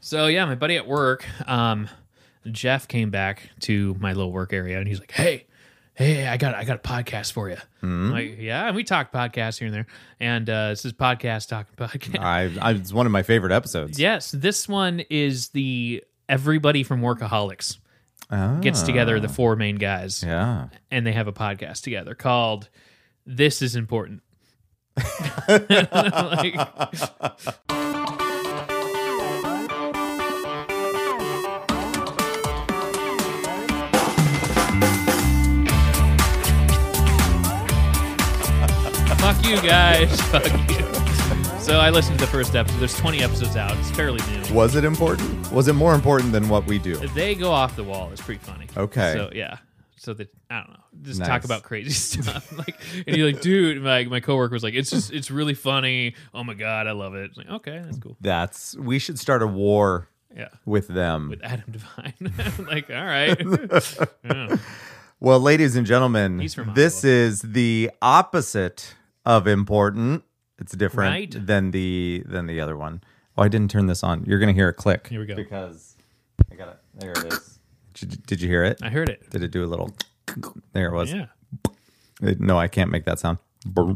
So yeah, my buddy at work, um, Jeff came back to my little work area and he's like, "Hey, hey, I got I got a podcast for you." I'm like, yeah, and we talk podcasts here and there, and uh, this is podcast talking podcast. I, I it's one of my favorite episodes. yes, this one is the everybody from Workaholics Ah, gets together, the four main guys, Yeah. and they have a podcast together called "This Is Important." Like, Fuck you guys. Fuck you. So I listened to the first episode. There's 20 episodes out. It's fairly new. Was it important? Was it more important than what we do? They go off the wall. It's pretty funny. Okay. So yeah. So that I don't know. Just Nice. talk about crazy stuff. like and you're like, dude, my my coworker was like, it's just it's really funny. Oh my god, I love it. It's like, okay, that's cool. That's we should start a war Yeah. with them. With Adam Devine. I'm like, all right. Yeah. Well, ladies and gentlemen, He's from this Iowa. is the opposite of important. It's different Right. than the than the other one. Oh, I didn't turn this on. You're gonna hear a click. Here we go. Because I got it. There it is. Did, did you hear it? I heard it. Did it do a little? There it was. Yeah. It- no, I can't make that sound. Brr.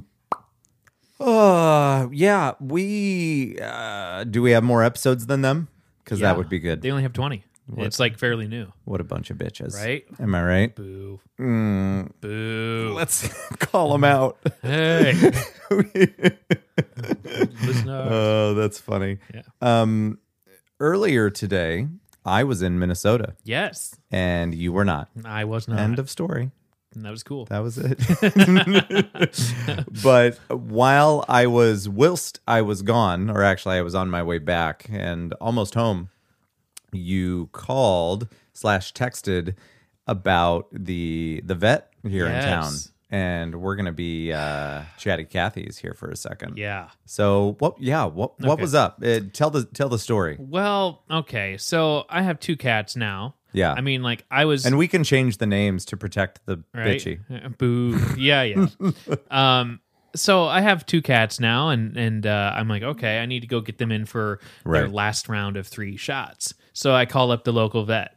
uh, yeah. We uh, do we have more episodes than them? Because Yeah. that would be good. They only have 20. It's like fairly new. what a bunch of bitches, Right? Am I right? Boo. Mm. Boo. Let's call them out. Hey. Listen up. Oh, that's funny. Yeah. Um, earlier today, I was in Minnesota yes. and you were not. I was not. End of story. and that was cool. That was it. but while I was, whilst I was gone, or actually I was on my way back and almost home, you called slash texted about the the vet here in town, Yes. and we're gonna be uh, chatty Cathy's here for a second. yeah. So what? Yeah. What? What Okay. was up? Uh tell the tell the story. Well, okay. So I have two cats now. Yeah. I mean, like I was and we can change the names to protect the right? Uh, bitchy. Boo. Yeah, yeah. um so I have two cats now and and uh, I'm like, okay, I need to go get them in for their Right. last round of three shots. So I call up the local vet.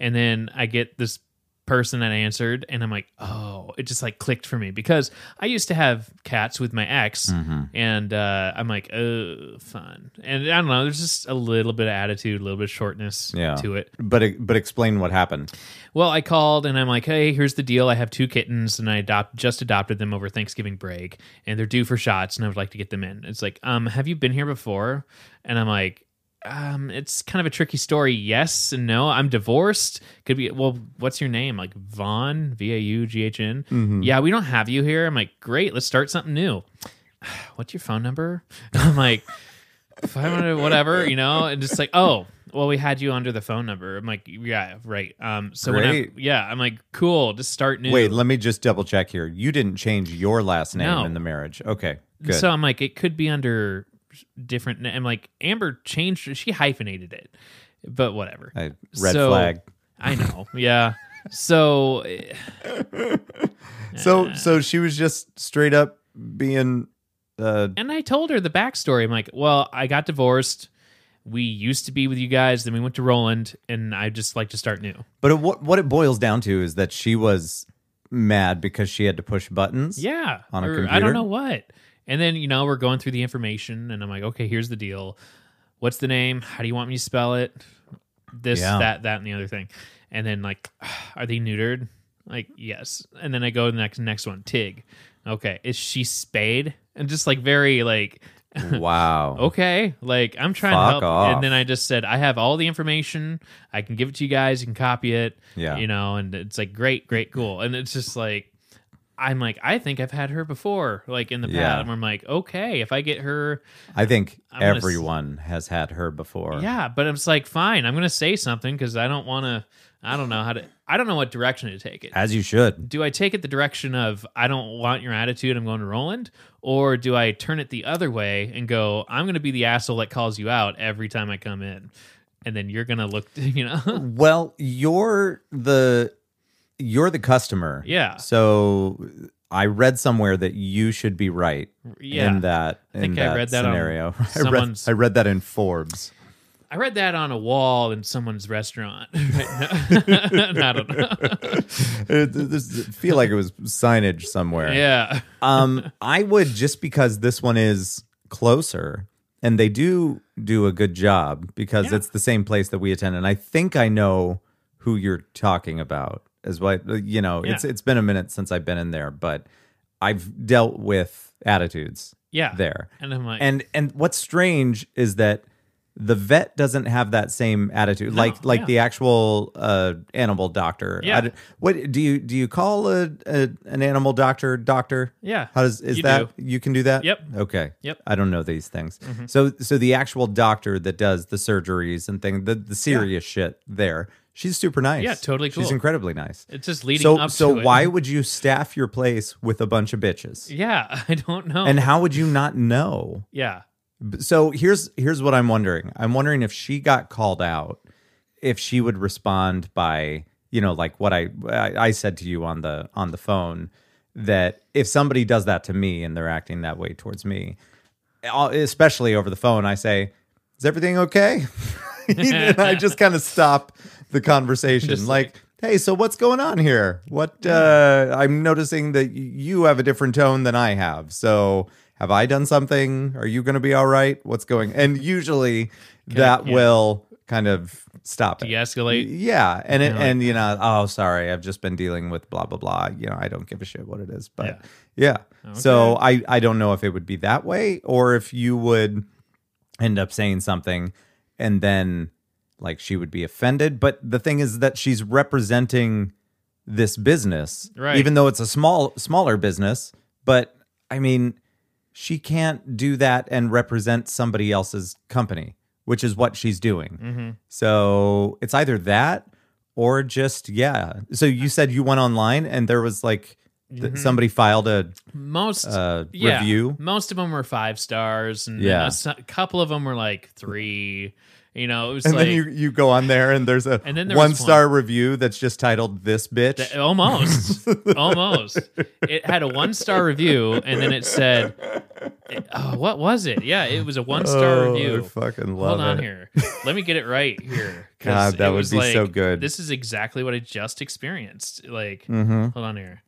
And then I get this person that answered and I'm like, "Oh, it just like clicked for me because I used to have cats with my Mm. ex Mm-hmm. and uh, I'm like, "Oh, fun." And I don't know, there's just a little bit of attitude, a little bit of shortness Yeah. to it. But but explain what happened. Well, I called and I'm like, hey, here's the deal. I have two kittens and I adopt just adopted them over Thanksgiving break and they're due for shots and I would like to get them in. It's like, um, have you been here before? And I'm like, um, it's kind of a tricky story. Yes and no. I'm divorced. Could be well, what's your name? Like Vaughn, V A U G H N. Yeah, we don't have you here. I'm like, great, let's start something new. What's your phone number? I'm like, five hundred, whatever, you know, and just like, oh, well, we had you under the phone number. I'm like, yeah, right. Um, so when I, Great. yeah, I'm like, cool, just start new. Wait, let me just double check here. You didn't change your last name No. in the marriage. Okay, good. so I'm like, it could be under different. na- I'm like, Amber changed, she hyphenated it, but whatever. I- red So- flag. I know, yeah. So eh, uh, So so she was just straight up being. Uh, and I told her the backstory. I'm like, well, I got divorced. We used to be with you guys, then we went to Roland, and I just like to start new. but it, what what it boils down to is that she was mad because she had to push buttons. Yeah. on a or I computer? don't know what. And then, you know, we're going through the information and I'm like, okay, here's the deal. What's the name? How do you want me to spell it? This, Yeah. that, that, and the other thing. And then like, are they neutered? Like, yes. And then I go to the next next one, Tig. Okay. Is she spayed? And just like very like Wow. okay like i'm trying Fuck to help off. and then i just said i have all the information i can give it to you guys you can copy it Yeah. you know and it's like great great cool and it's just like i'm like i think i've had her before like in the Yeah. past and i'm like okay if i get her I think I'm gonna s- everyone has had her before. yeah but i'm just like fine i'm gonna say something because i don't want to i don't know how to i don't know what direction to take it As you should. do I take it the direction of I don't want your attitude, I'm going to Roland, or do I turn it the other way and go, I'm going to be the asshole that calls you out every time I come in, and then you're going to look, you know, Well, you're the you're the customer. Yeah. So I read somewhere that you should be right yeah, in that. I think I read that on scenario. I read someone's- I read that in Forbes. I read that on a wall in someone's restaurant. Right? No, no, I don't know. It- this- I feel like it was signage somewhere. Yeah. um, I would just because this one is closer and they do do a good job because Yeah. it's the same place that we attend. And I think I know who you're talking about as what, you know, it's, Yeah. it's been a minute since I've been in there, but I've dealt with attitudes Yeah. there. And I'm like, And, and what's strange is that the vet doesn't have that same attitude, like, like yeah. the actual, uh, animal doctor. Yeah. I d- what do you, do you call a, a an animal doctor, doctor? yeah. How does is You that you can do that? Yep. Okay. Yep. Mm-hmm. I don't know these things. So so the actual doctor that does the surgeries and thing, the, the serious shit there, she's super nice. Yeah, totally She's cool. incredibly nice. It's just leading So up so to it. why would you staff your place with a bunch of bitches? Yeah. I don't know. And how would you not know? yeah. B- So here's here's what I'm wondering. I'm wondering if she got called out, if she would respond by you know like what I I, I said to you on the on the phone that if somebody does that to me and they're acting that way towards me, uh, especially over the phone, I say, "Is everything okay?" and I just kind of stop the conversation, Just like. Hey, so what's going on here? What uh I'm noticing that y- you have a different tone than I have. So, have I done something? Are you going to be all right? What's going? And usually that yeah. will kind of stop it. De-escalate. Yeah, and it, like- and you know, oh, sorry, I've just been dealing with blah blah blah. You know, I don't give a shit what it is, but yeah. Oh, So I I don't know if it would be that way or if you would end up saying something and then like she would be offended. But the thing is that she's representing this business, Right. Even though it's a small smaller business, but I mean, she can't do that and represent somebody else's company, which is what she's doing. Mm-hmm. So it's either that or just yeah. So you said you went online and there was like th- somebody filed a Mm-hmm. Most uh, Mm-hmm. yeah, review. Most of them were five stars, and Yeah. yeah. a, so- couple of them were like three. You know, it was And like then you, you go on there and there's a And then there was uh, one star review that's just titled "This bitch." Th- almost almost it had a one star review and then it said oh, what was it yeah it was a one star Oh, I review fucking love hold on it. here let me get it right here 'cause God, that it would was be so like, good. this is exactly what i just experienced like Mhm. hold on here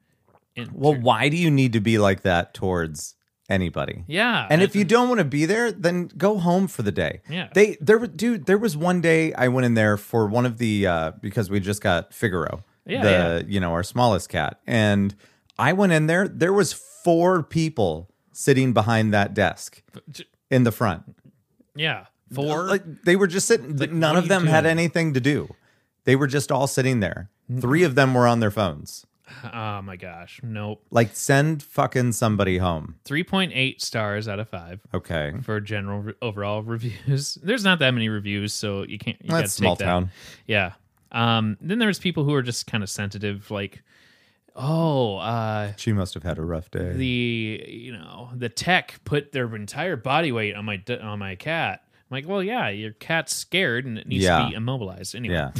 And- Well, why do you need to be like that towards anybody? yeah And if you don't want to be there, then go home for the day. Yeah. They there were dude, there was one day I went in there for one of the uh because we just got Figaro. Yeah, the you know, our smallest cat. And I went in there, there was four people sitting behind that desk in the front. yeah four Like they were just sitting Like, none what of are you them had doing? anything to do. They were just all sitting there. Three of them were on their phones. oh my gosh nope Like send fucking somebody home. 3.8 stars out of five Okay. for general re- overall reviews. There's not that many reviews, so you can't. You gotta That's small take that. town. Yeah. Um. Then there's people who are just kind of sensitive, like, oh, uh, She must have had a rough day. the you know the tech put their entire body weight on my d- on my cat. I'm like, well, yeah, your cat's scared and it needs Yeah. to be immobilized. Anyway, yeah.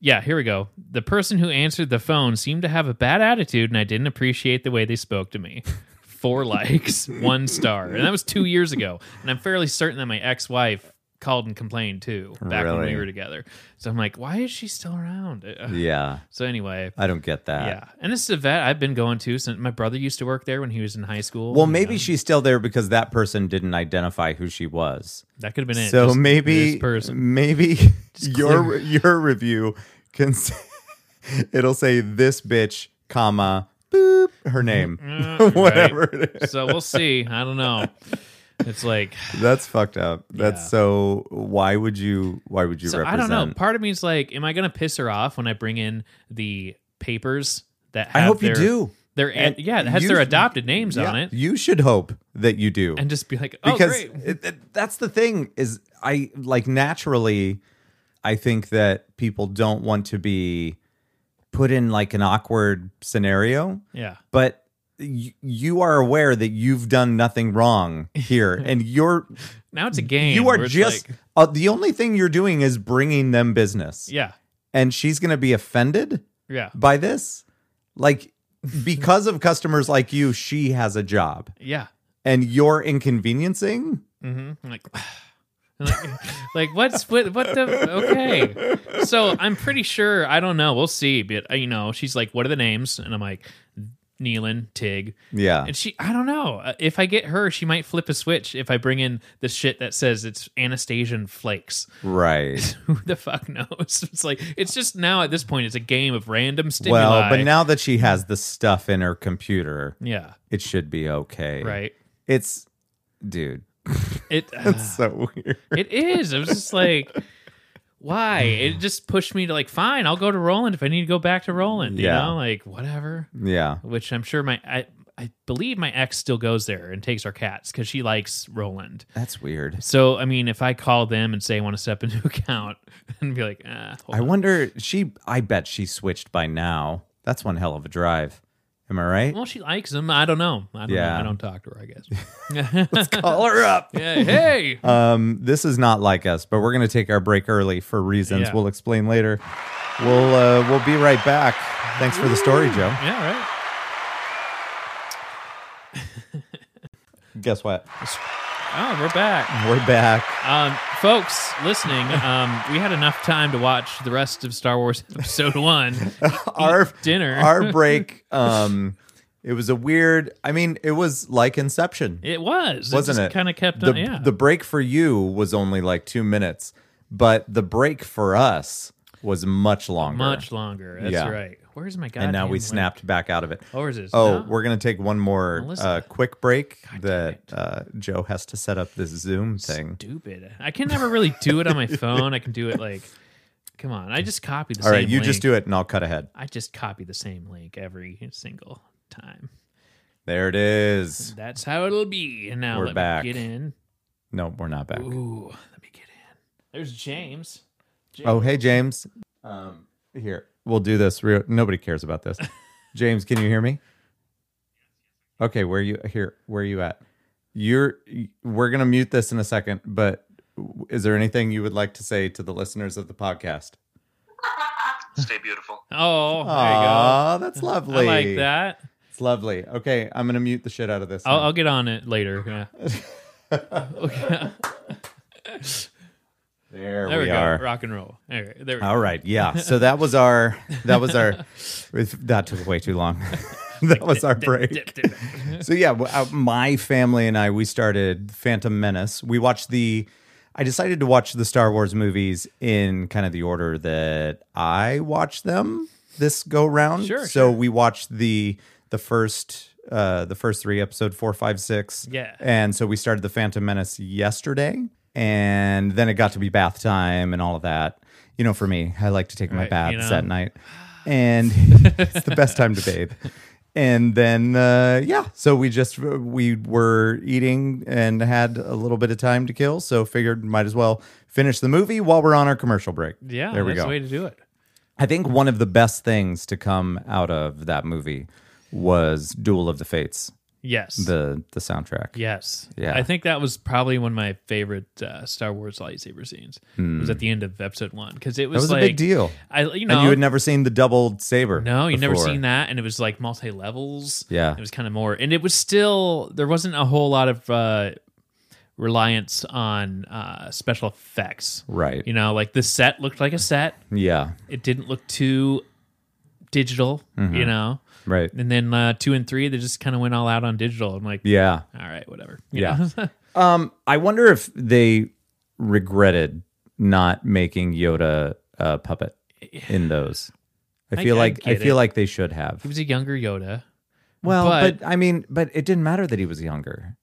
yeah, here we go. The person who answered the phone seemed to have a bad attitude, and I didn't appreciate the way they spoke to me. Four likes, one star. And that was two years ago. And I'm fairly certain that my ex wife called and complained too back when Really? we were together. So I'm like, why is she still around? Uh, Yeah. So, anyway, I don't get that. yeah. And this is a vet I've been going to since my brother used to work there when he was in high school. uh, Well, you maybe know. she's still there because that person didn't identify who she was. that could have been it. So Just maybe this person. maybe your clear. your review can say, it'll say this bitch, comma, boop, her name. Uh, Whatever it is. So we'll see. I don't know. It's like That's fucked up. That's Yeah. so why would you why would you So represent I don't know. Part of me is like, am I going to piss her off when I bring in the papers that I have hope you their, do. Their And yeah, it has you- their adopted names Yeah. on it, You should hope that you do. and just be like, oh because great, it- it- that's the thing is i like naturally i think that people don't want to be put in like an awkward scenario yeah, but y- you are aware that you've done nothing wrong here and you're now it's a game. you where are it's just like- uh, the only thing you're doing is bringing them business yeah, and she's going to be offended yeah, by this like because of customers like you she has a job yeah. and you're inconveniencing Mm-hmm. Like, Like, like what's what, what the okay? So I'm pretty sure I don't know. We'll see, but uh, you know, she's like, "What are the names?" And I'm like, "Neelan, Tig." Yeah. And she, I don't know. Uh, If I get her, she might flip a switch. If I bring in the shit that says it's Anastasian flakes, Right. who the fuck knows? It's like it's just now at this point, it's a game of random stimuli. Well, but now that she has the stuff in her computer, yeah, it should be okay. right. It's, dude, It uh, it's so weird. It is. I was just like, why? It just pushed me to like, fine, I'll go to Roland if I need to go back to Roland. You Yeah. know, like whatever. Yeah. Which I'm sure my I I believe my ex still goes there and takes our cats because she likes Roland. That's weird. So I mean, if I call them and say I want to step into account and be like, ah, hold I on. wonder, she, I bet she switched by now. That's one hell of a drive. Am I right? well, she likes them. I don't know. I don't know. Yeah. I don't talk to her. I guess. Call her up. yeah. Hey. Um, this is not like us, but we're going to take our break early for reasons Yeah. we'll explain later. We'll uh, we'll be right back. Thanks for the story, Joe. Yeah. Right. Guess what? Oh, we're back. We're back. Um, folks listening, um, we had enough time to watch the rest of Star Wars Episode One. Our dinner. our break. Um, it was a weird. I mean, it was like Inception, It was, wasn't it? Kind of kept the, on, yeah. The break for you was only like two minutes, but the break for us was much longer. much longer. That's Yeah. right. Where's my guy? And now we snapped back out of it. Or is this? Oh, no? we're gonna take one more Melissa. uh, quick break damn that uh, Joe has to set up this Zoom thing. stupid. I can never really do it on my phone. I can do it like, come on. I just copy the All same. right, you just link. do it, and I'll cut ahead. I just copy the same link every single time. There it is. That's how it'll be. And now We're let back. me get in. No, we're not back. Ooh, let me get in. There's James. Oh, hey James. Um, here we'll do this. Real nobody cares about this. James, can you hear me? Okay, where you here? Where you at? You're. We're gonna mute this in a second, but is there anything you would like to say to the listeners of the podcast? Stay beautiful. Oh, there you go. Aw, that's lovely. I like that. Oh, It's lovely. Okay, I'm gonna mute the shit out of this. I'll, now. I'll get on it later. Yeah. okay. There, There we, we, go. are. Rock and roll. All right. There we All right, yeah. So that was our that was our that took way too long. that was our break. go. So yeah, w- uh, my family and I we started Phantom Menace. We watched the I decided to watch the Star Wars movies in kind of the order that I watched them this go round. Sure, So we watched the the first uh the first three episode four, five, six. Yeah. And so we started the Phantom Menace yesterday, and then it got to be bath time and all of that. You know, for me, I like to take my Right, baths you know. at night, and it's the best time to bathe. And then, uh, yeah, so we just we were eating and had a little bit of time to kill, so figured might as well finish the movie while we're on our commercial break. yeah. there we that's go. the way to do it. I think one of the best things to come out of that movie was Duel of the Fates, Yes. the the soundtrack. yes. Yeah. I think that was probably one of my favorite uh, Star Wars lightsaber scenes. It was at the end of episode one because it was, Hmm. that like was a big deal. I you know And you had never seen the doubled saber. No, you've never before. seen that, and it was like multi levels. Yeah. it was kind of more, and it was still there wasn't a whole lot of uh, reliance on uh, special effects. Right. You know, like the set looked like a set. Yeah. It didn't look too digital. Mm-hmm. You know, Right. and then uh, two and three they just kind of went all out on digital. I'm like, Yeah. all right, whatever. You Yeah. know? um, I wonder if they regretted not making Yoda a puppet in those. I I- feel I like I, get feel it. like they should have. he was a younger Yoda. Well, but- but, I mean, but it didn't matter that he was younger.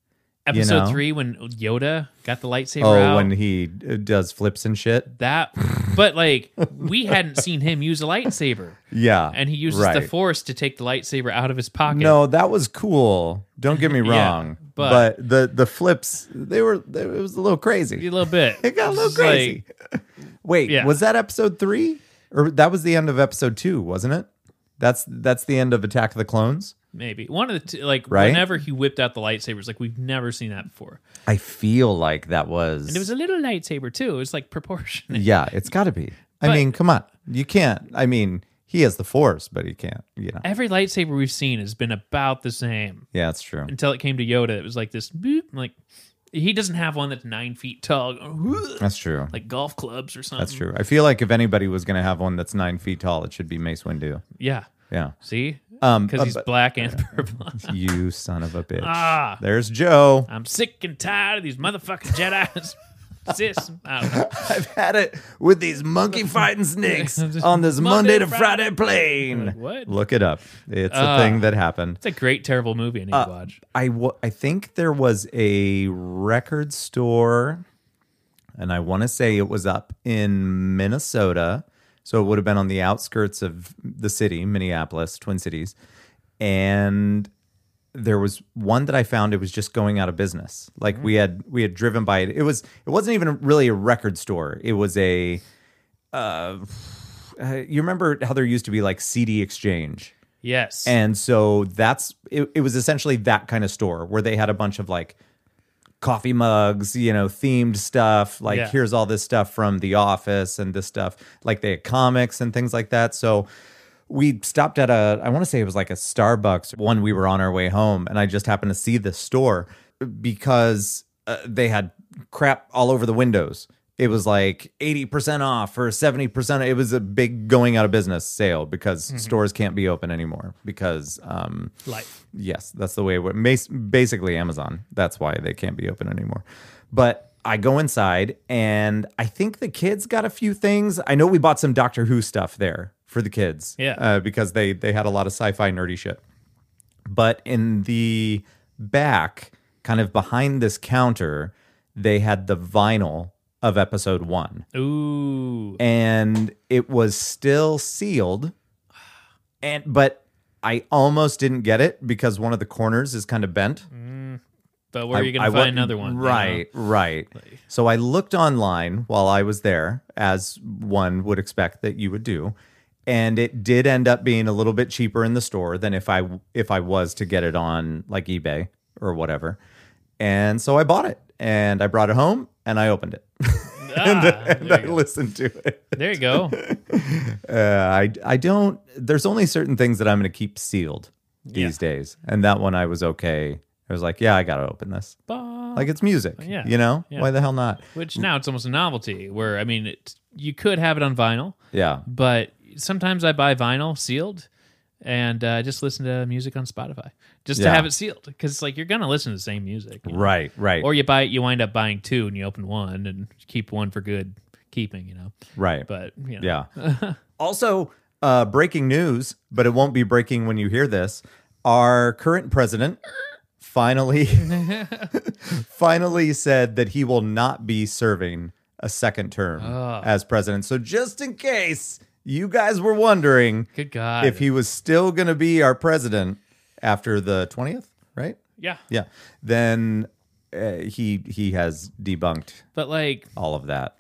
Episode know? three when Yoda got the lightsaber Oh, out. when he uh, does flips and shit. that, but like we hadn't seen him use a lightsaber. Yeah. and he uses the Right. force to take the lightsaber out of his pocket. No, that was cool. Don't get me Yeah, wrong. but- but, the the flips, they were they, it was a little crazy. a little bit. It got a little It's like- crazy. Wait, Yeah. was that episode three? Or that was the end of episode two, wasn't it? That's that's the end of Attack of the Clones. maybe one of the two, like Right? whenever he whipped out the lightsabers, like we've never seen that before. I feel like that was. And it was a little lightsaber too. It was like proportionate. yeah, it's got to be. I mean, come on, you can't. I mean, he has the Force, but he can't. You know. Every lightsaber we've seen has been about the same Yeah, it's true. until it came to Yoda. It was like this boop, I'm like He doesn't have one that's nine feet tall, That's true. like golf clubs or something. That's true. I feel like if anybody was going to have one that's nine feet tall, it should be Mace Windu. Yeah. Yeah. See? Um, Because uh, he's but- black and purple. you son of a bitch. Ah. There's Joe. I'm sick and tired of these motherfucking Jedi's. Sis. I don't know. I've had it with these monkey fighting snakes on this Monday Monday, to to Friday, Like, plane. what? Look it up. It's Ah. a thing that happened. It's a great, terrible movie I need Uh, to watch. I wa- I think there was a record store, and I want to say it was up in Minnesota. So it would have been on the outskirts of the city, Minneapolis, Twin Cities. And there was one that I found it was just going out of business. Like we had we had driven by it. It was it wasn't even really a record store. It was a uh, you remember how there used to be like CD exchange. Yes. And so that's it, it was essentially that kind of store where they had a bunch of like coffee mugs, you know, themed stuff, like Yeah. here's all this stuff from The Office and this stuff, like they had comics and things like that. So we stopped at a I want to say it was like a Starbucks when we were on our way home and I just happened to see this store because uh, they had crap all over the windows. It was like 80% off or 70%. It was a big going out of business sale because stores can't be open anymore because um, Life. Yes, that's the way. We're, mas- basically, Amazon. That's why they can't be open anymore. But I go inside, and I think the kids got a few things. I know we bought some Doctor Who stuff there for the kids. Yeah. uh, because they they had a lot of sci-fi nerdy shit. But in the back, kind of behind this counter, they had the vinyl of episode one Ooh. and it was still sealed and but i almost didn't get it because one of the corners is kind of bent But where are you I- I going to wa- find another one? you know? right right so i looked online while i was there as one would expect that you would do and it did end up being a little bit cheaper in the store than if i if i was to get it on like ebay or whatever and so i bought it and i brought it home and i opened it and, Ah, and there i you go. listened to it There you go. uh, I I don't. There's only certain things that I'm going to keep sealed these days, and that one I was okay. I was like, yeah, I got to open this. Bah. Like it's music, Yeah. You know, Yeah. why the hell not? Which now it's almost a novelty where, I mean, it, you could have it on vinyl, Yeah, but sometimes I buy vinyl sealed and uh, just listen to music on Spotify just to Yeah. have it sealed because it's like you're going to listen to the same music. you know? right, right, Or you buy it, you wind up buying two and you open one and keep one for good keeping, you know. right. But, you know. Yeah. also, uh, breaking news, but it won't be breaking when you hear this. Our current president finally finally said that he will not be serving a second term Ah. as president. So just in case you guys were wondering Good God. if he was still going to be our president after the 20th, right? yeah. Yeah. Then uh, he he has debunked But, like, all of that.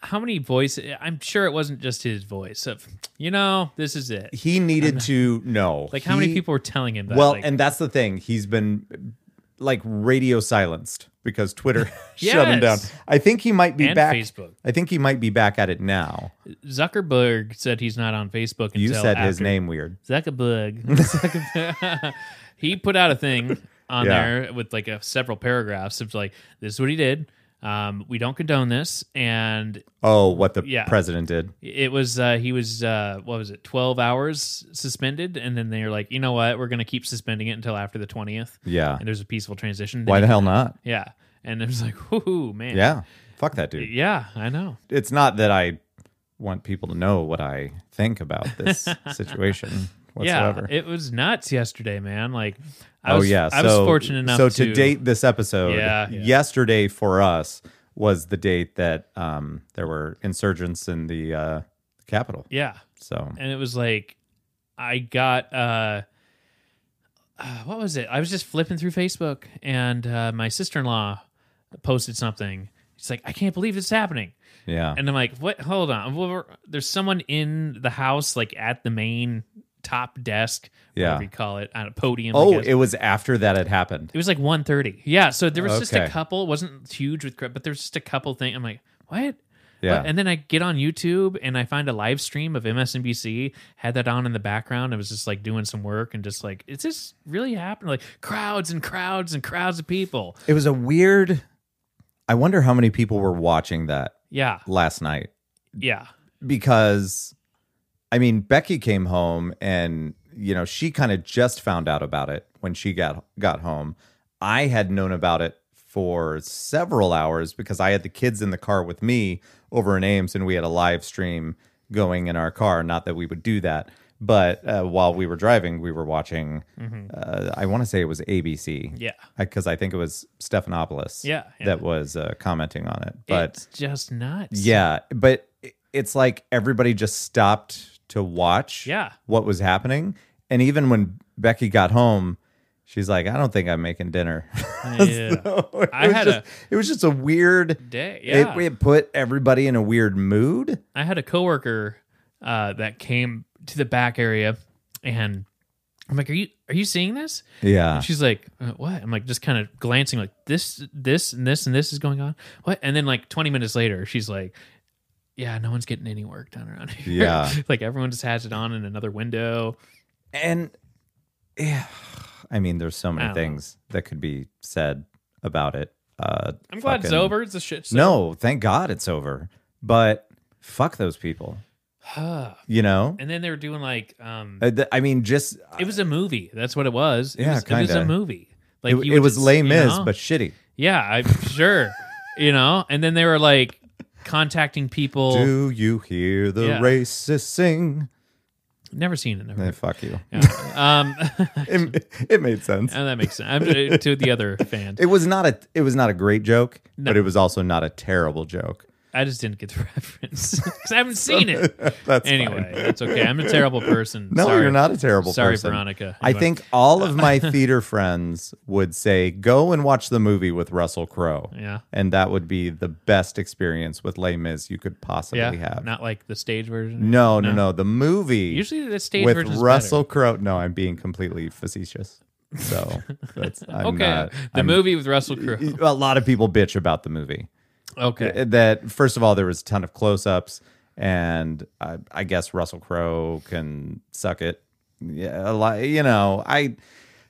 how many voices? I'm sure it wasn't just his voice of, you know, this is it. He needed to know. Like, how many He- people were telling him that? Well, Like, and that's the thing. He's been like radio silenced because Twitter shut him down. Yes. I think he might be And back. Facebook. I think he might be back at it now. Zuckerberg said he's not on Facebook until You said his after- name weird. Zuckerberg. Zuckerberg. he put out a thing on Yeah. there with like a, several paragraphs of like, this is what he did. Um, we don't condone this. And Oh, what the Yeah. president did. it was, uh, he was, uh, what was it, 12 hours suspended. And then they were like, you know what? We're going to keep suspending it until after the 20th. Yeah. And there's a peaceful transition. Why the hell not? Yeah. And it was like, whoo, man. Yeah. Fuck that dude. Yeah, I know. it's not that I want people to know what I think about this situation whatsoever. Yeah, it was nuts yesterday, man. Like, I oh was, yeah, I was so, fortunate enough. So to, date this episode, Yeah, yeah. yesterday for us was the date that um, there were insurgents in the uh, capital. yeah, So and it was like, I got uh, uh, what was it? I was just flipping through Facebook, and uh, my sister in law posted something. She's like, I can't believe this is happening, yeah, and I'm like, what? Hold on, Well, we're- there's someone in the house, like at the main top desk, Yeah. whatever you call it, on a podium. I oh, guess. it was after that had happened. It was like 1.30. Yeah, so there was just a Okay. couple. It wasn't huge with, cri- but there was just a couple things. I'm like, what? Yeah. But- and then I get on YouTube and I find a live stream of MSNBC had that on in the background. I was just like doing some work and just like, is this really happening? Like crowds and crowds and crowds of people. It was a weird. I wonder how many people were watching that Yeah. last night Yeah. because, I mean, Becky came home and you know she kind of just found out about it when she got got home. I had known about it for several hours because I had the kids in the car with me over in Ames and we had a live stream going in our car. Not that we would do that, but uh, while we were driving, we were watching. Uh, I want to say it was ABC. Mm-hmm. Yeah. because I think it was Stephanopoulos Yeah, yeah. that was uh, commenting on it. But it's just nuts. yeah, but i- it's like everybody just stopped to watch Yeah. what was happening. And even when Becky got home, she's like, I don't think I'm making dinner. Yeah. So it I was had just, a- it was just a weird Day. Yeah. it, it put everybody in a weird mood. I had a coworker uh, that came to the back area, and I'm like, "Are you are you seeing this?" Yeah. And she's like, uh, "What?" I'm like, just kind of glancing, like this, this, and this, and this is going on. What? And then like 20 minutes later, she's like, "Yeah, no one's getting any work done around here. Yeah. like everyone just has it on in another window. And yeah, I mean, there's so I many don't know. things that could be said about it. Uh, I'm glad it's fucking- over. It's a shit. show. No, thank God it's over. But fuck those people, you know? and then they were doing like, um, Uh, th- I mean, just it was a movie. That's what it was. It Yeah, was, it was kinda. a movie. Like it, you it would was just- lame you is, know? but shitty. Yeah, I'm sure. you know, and then they were like contacting people. Do you hear the Yeah. racist sing? Never seen it. Never. Eh, fuck you. Yeah. Um, It, it made sense. and that makes sense. I'm, uh, to the other fan, It was not a it was not a great joke, No. but it was also not a terrible joke. I just didn't get the reference because I haven't seen it. That's Anyway, fine. that's okay. I'm a terrible person. No, Sorry. you're not a terrible Sorry, person. Veronica. I Anyway. think all of my theater friends would say, "Go and watch the movie with Russell Crowe." Yeah. and that would be the best experience with Les Mis you could possibly Yeah. have. Not like the stage version. no, no, no, The movie Usually the stage with version. Russell Crowe. No, I'm being completely facetious. So that's I'm Okay. not- the I'm- movie with Russell Crowe. A lot of people bitch about the movie. Okay. That first of all, there was a ton of close-ups, and I, I guess Russell Crowe can suck it. Yeah, a lot. You know, I.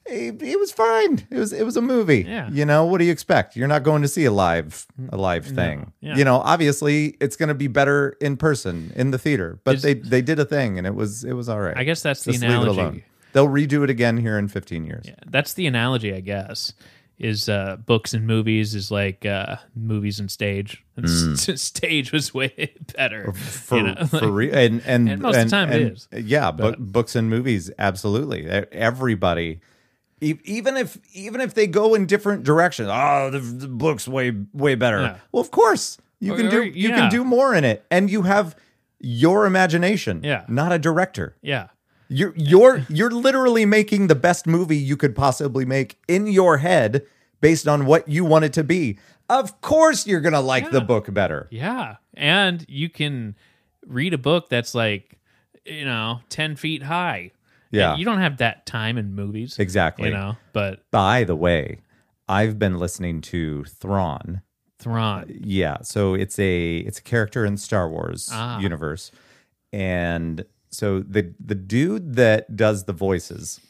It, it was fine. It was it was a movie. Yeah. You know what do you expect? You're not going to see a live a live thing. Mm, Yeah. You know, obviously it's going to be better in person in the theater. But Is- they they did a thing and it was it was all right. I guess that's the Just leave it analogy. alone. They'll redo it again here in 15 years. Yeah, that's the analogy, I guess. Is uh, books and movies is like uh, movies and stage. And s- stage was way better. Mm. For, you know, for like- real, and and, And most of the time it is. Yeah, but books and movies, absolutely. E- Everybody, e- even if even if they go in different directions, oh, the, the book's way way better. Yeah. Well, of course you Or- can do or- you yeah. can do more in it, and you have your imagination. Yeah. not a director. yeah. You're you're you're literally making the best movie you could possibly make in your head based on what you want it to be. Of course, you're gonna like the Yeah. book better. Yeah. And you can read a book that's like, you know, 10 feet high. Yeah. And you don't have that time in movies. Exactly. You know, but By the way, I've been listening to Thrawn. Thrawn. Yeah, so it's a it's a character in Star Wars Ah. universe, and so the the dude that does the voices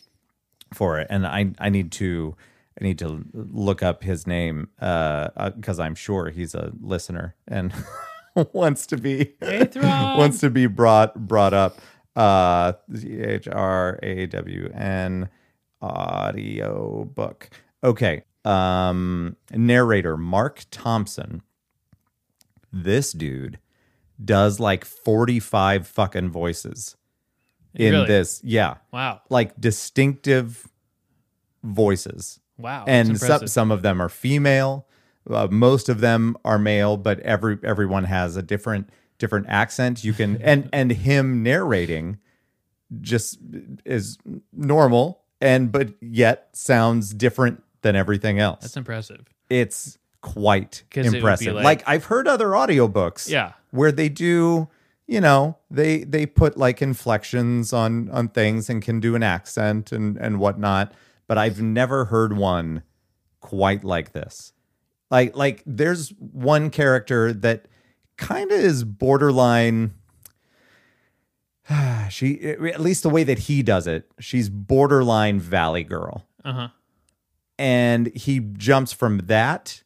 for it, and I I need to I need to look up his name because uh, because I'm sure he's a listener and wants to be Hey, Thrawn. wants to be brought brought up. Uh, C H R A W N audio book. Okay. Um, narrator Mark Thompson. This dude does like forty five fucking voices in Really? this. Yeah, Wow. like distinctive voices Wow. Oh, that's and some, impressive. some of them are female. Uh, most of them are male, but every everyone has a different different accent. You can and and him narrating just is normal and but yet sounds different than everything else. that's impressive. it's quite 'Cause it would be impressive. like- like I've heard other audiobooks Yeah. where they do you know they they put like inflections on on things and can do an accent and and whatnot but i've never heard one quite like this like like there's one character that kind of is borderline. she, at least the way that he does it, she's borderline valley girl. Uh huh. And he jumps from that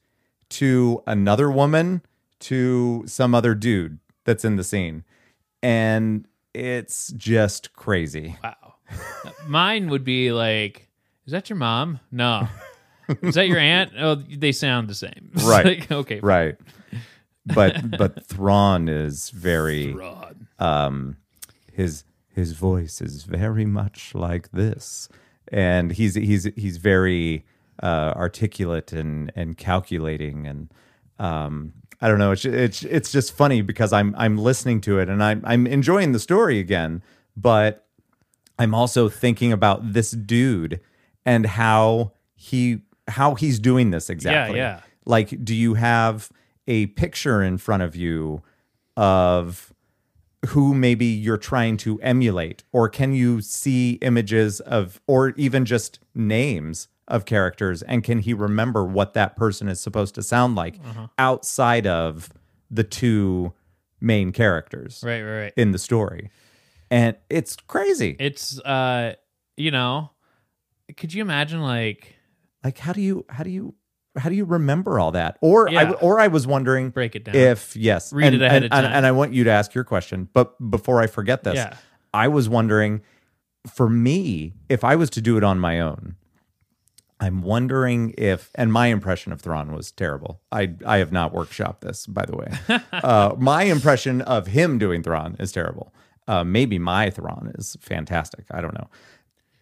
to another woman to some other dude that's in the scene. And it's just crazy. Wow. Mine would be like, is that your mom? No. Is that your aunt? Oh, they sound the same. It's Right. like, okay. Right. But but Thrawn is very Fraud. um his his voice is very much like this and he's he's he's very uh articulate and and calculating and um I don't know it's it's it's just funny because I'm I'm listening to it and I'm I'm enjoying the story again but I'm also thinking about this dude and how he how he's doing this exactly yeah. like do you have a picture in front of you of who maybe you're trying to emulate or can you see images of or even just names of characters and can he remember what that person is supposed to sound like Uh-huh. outside of the two main characters Right, right, right. in the story and it's crazy It's uh, you know, could you imagine like like how do you how do you how do you remember all that or I, Yeah. or i was wondering break it down? if yes Read and, it ahead and, of and- time. and i want you to ask your question but before i forget this yeah, i was wondering for me if i was to do it on my own i'm wondering if and my impression of thrawn was terrible i i have not workshopped this by the way uh, my impression of him doing thrawn is terrible uh, maybe my thrawn is fantastic i don't know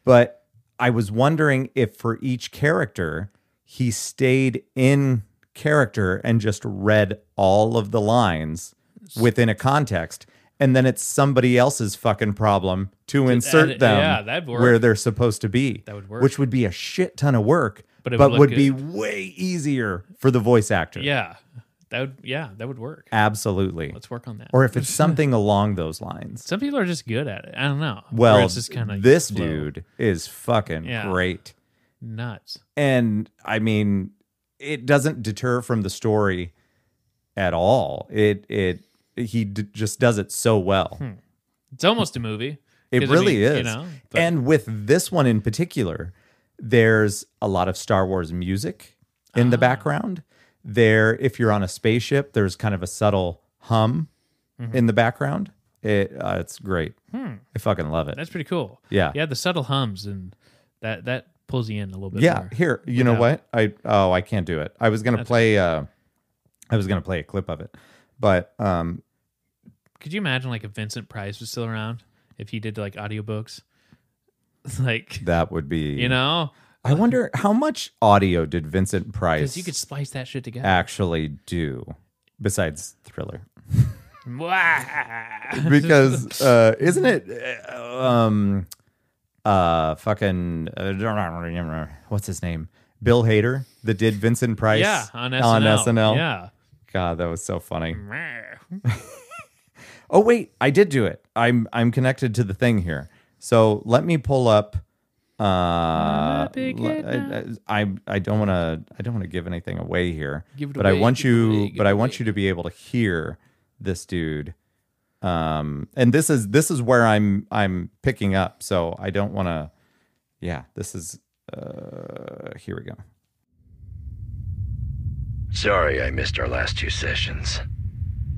but I was wondering if for each character he stayed in character and just read all of the lines within a context, and then it's somebody else's fucking problem to insert them yeah, that'd work. where they're supposed to be. That would work. which would be a shit ton of work, But but, it would look would be way easier for the voice actor. yeah, that would yeah that would work. absolutely. Let's work on that. Or if it's something along those lines. Some people are just good at it. I don't know. Or Well, it's just kind of this dude is fucking Yeah. great. nuts. and i mean it doesn't deter from the story at all it it he d- just does it so well It's almost a movie. it 'Cause, I really mean, is You know, but- and with this one in particular there's a lot of star wars music in Ah. the background there if you're on a spaceship there's kind of a subtle hum Mm-hmm. in the background it uh, it's great i fucking love it Hmm. that's pretty cool. Yeah. yeah. The subtle hums and that that pulls you in a little bit. Yeah, more. here. You know what? I oh, I can't do it. I was gonna play. Uh, I was gonna play a clip of it, but um, Could you imagine like if Vincent Price was still around if he did like audiobooks? Like that would be. you know, I wonder how much audio did Vincent because Price you could splice that shit together. actually do besides Thriller, Wah! because uh, isn't it? uh, Um, uh, fucking uh, what's his name? Bill Hader that did Vincent Price. yeah, on SNL. on SNL. Yeah. God, that was so funny. Meh. Oh wait, I did do it. I'm I'm connected to the thing here. So let me pull up. Uh, a big l- hit now. I, I I don't want to I don't want to give anything away here. Give it but away, I want give it you. away, give but it I want you to be able to hear this dude. Um, and this is this is where I'm I'm picking up. So I don't want to. Yeah, this is. Uh, here we go. Sorry I missed our last two sessions.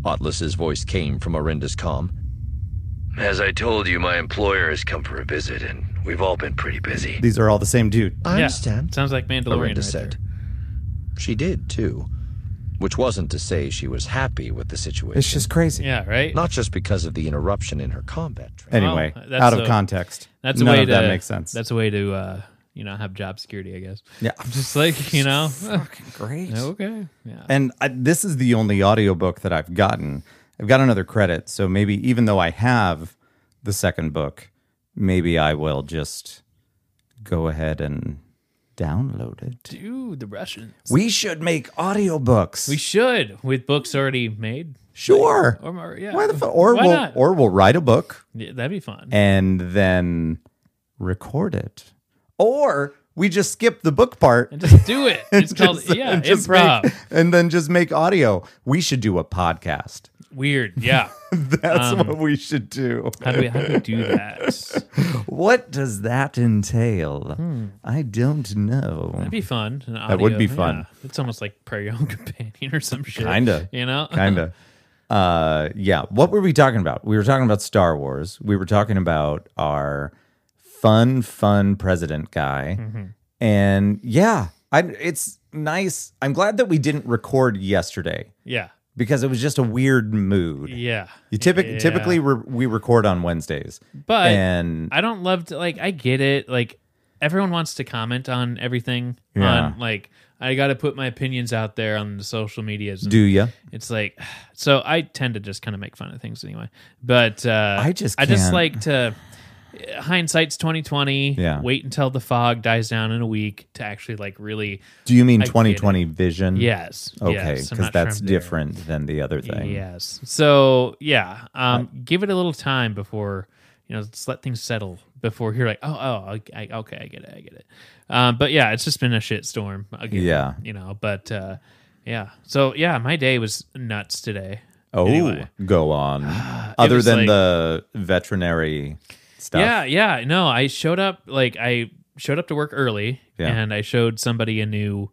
Atlas's voice came from Arenda's comm. As I told you, my employer has come for a visit, and we've all been pretty busy. These are all the same dude. I Yeah, understand, Sounds like Mandalorian. Arenda right said. there. She did, too. Which wasn't to say she was happy with the situation. It's just crazy. Yeah, right? Not just because of the interruption in her combat training. Anyway, Well, that's out of a- context. that's None a way of to that makes sense. That's a way to uh, you know, have job security, I guess. yeah. Just like, you know. Great. okay. Yeah. And I, this is the only audiobook that I've gotten. I've got another credit, so maybe even though I have the second book, maybe I will just go ahead and download it. Do the Russians. We should make audiobooks. We should with books already made. sure. Or more, yeah. Why the fu- or Why we'll not? or we'll write a book Yeah, that'd be fun. and then record it. Or we just skip the book part. And just do it. It's called Just- yeah, and just improv. make- and then just make audio. We should do a podcast. Weird. Yeah. That's Um, what we should do. How do we how do we do that? What does that entail? Hmm. I don't know. That'd be fun. an That would audio- be yeah. fun. It's almost like Prairie Home Companion or some shit. Kinda. You know? Kinda. Uh, yeah. What were we talking about? We were talking about Star Wars. We were talking about our fun, fun president guy. Mm-hmm. And yeah, I, it's nice. I'm glad that we didn't record yesterday Yeah. because it was just a weird mood. Yeah. You typic- Yeah. typically re- we record on Wednesdays, But and I don't love to like I get it. Like everyone wants to comment on everything. Yeah. On like I gotta put my opinions out there on the social medias. and do you? it's like so I tend to just kind of make fun of things anyway. But uh I just I just can't. like to uh, hindsight's twenty twenty. Yeah. Wait until the fog dies down in a week to actually like really Do you mean I get it. 2020 vision? Yes. Okay, yes, because I'm not sure that's I'm there. different than the other thing. Yes. So yeah, um, give it a little time before you know. Just let things settle before you're like, oh, oh, I, I- okay, I get it, I get it. Um, but yeah, it's just been a shit storm again. Yeah. You know, but uh, yeah. So yeah, my day was nuts today. Oh, Anyway. go on. Other was than like- the veterinary stuff. Yeah, yeah. No, I showed up like I showed up to work early Yeah. and I showed somebody a new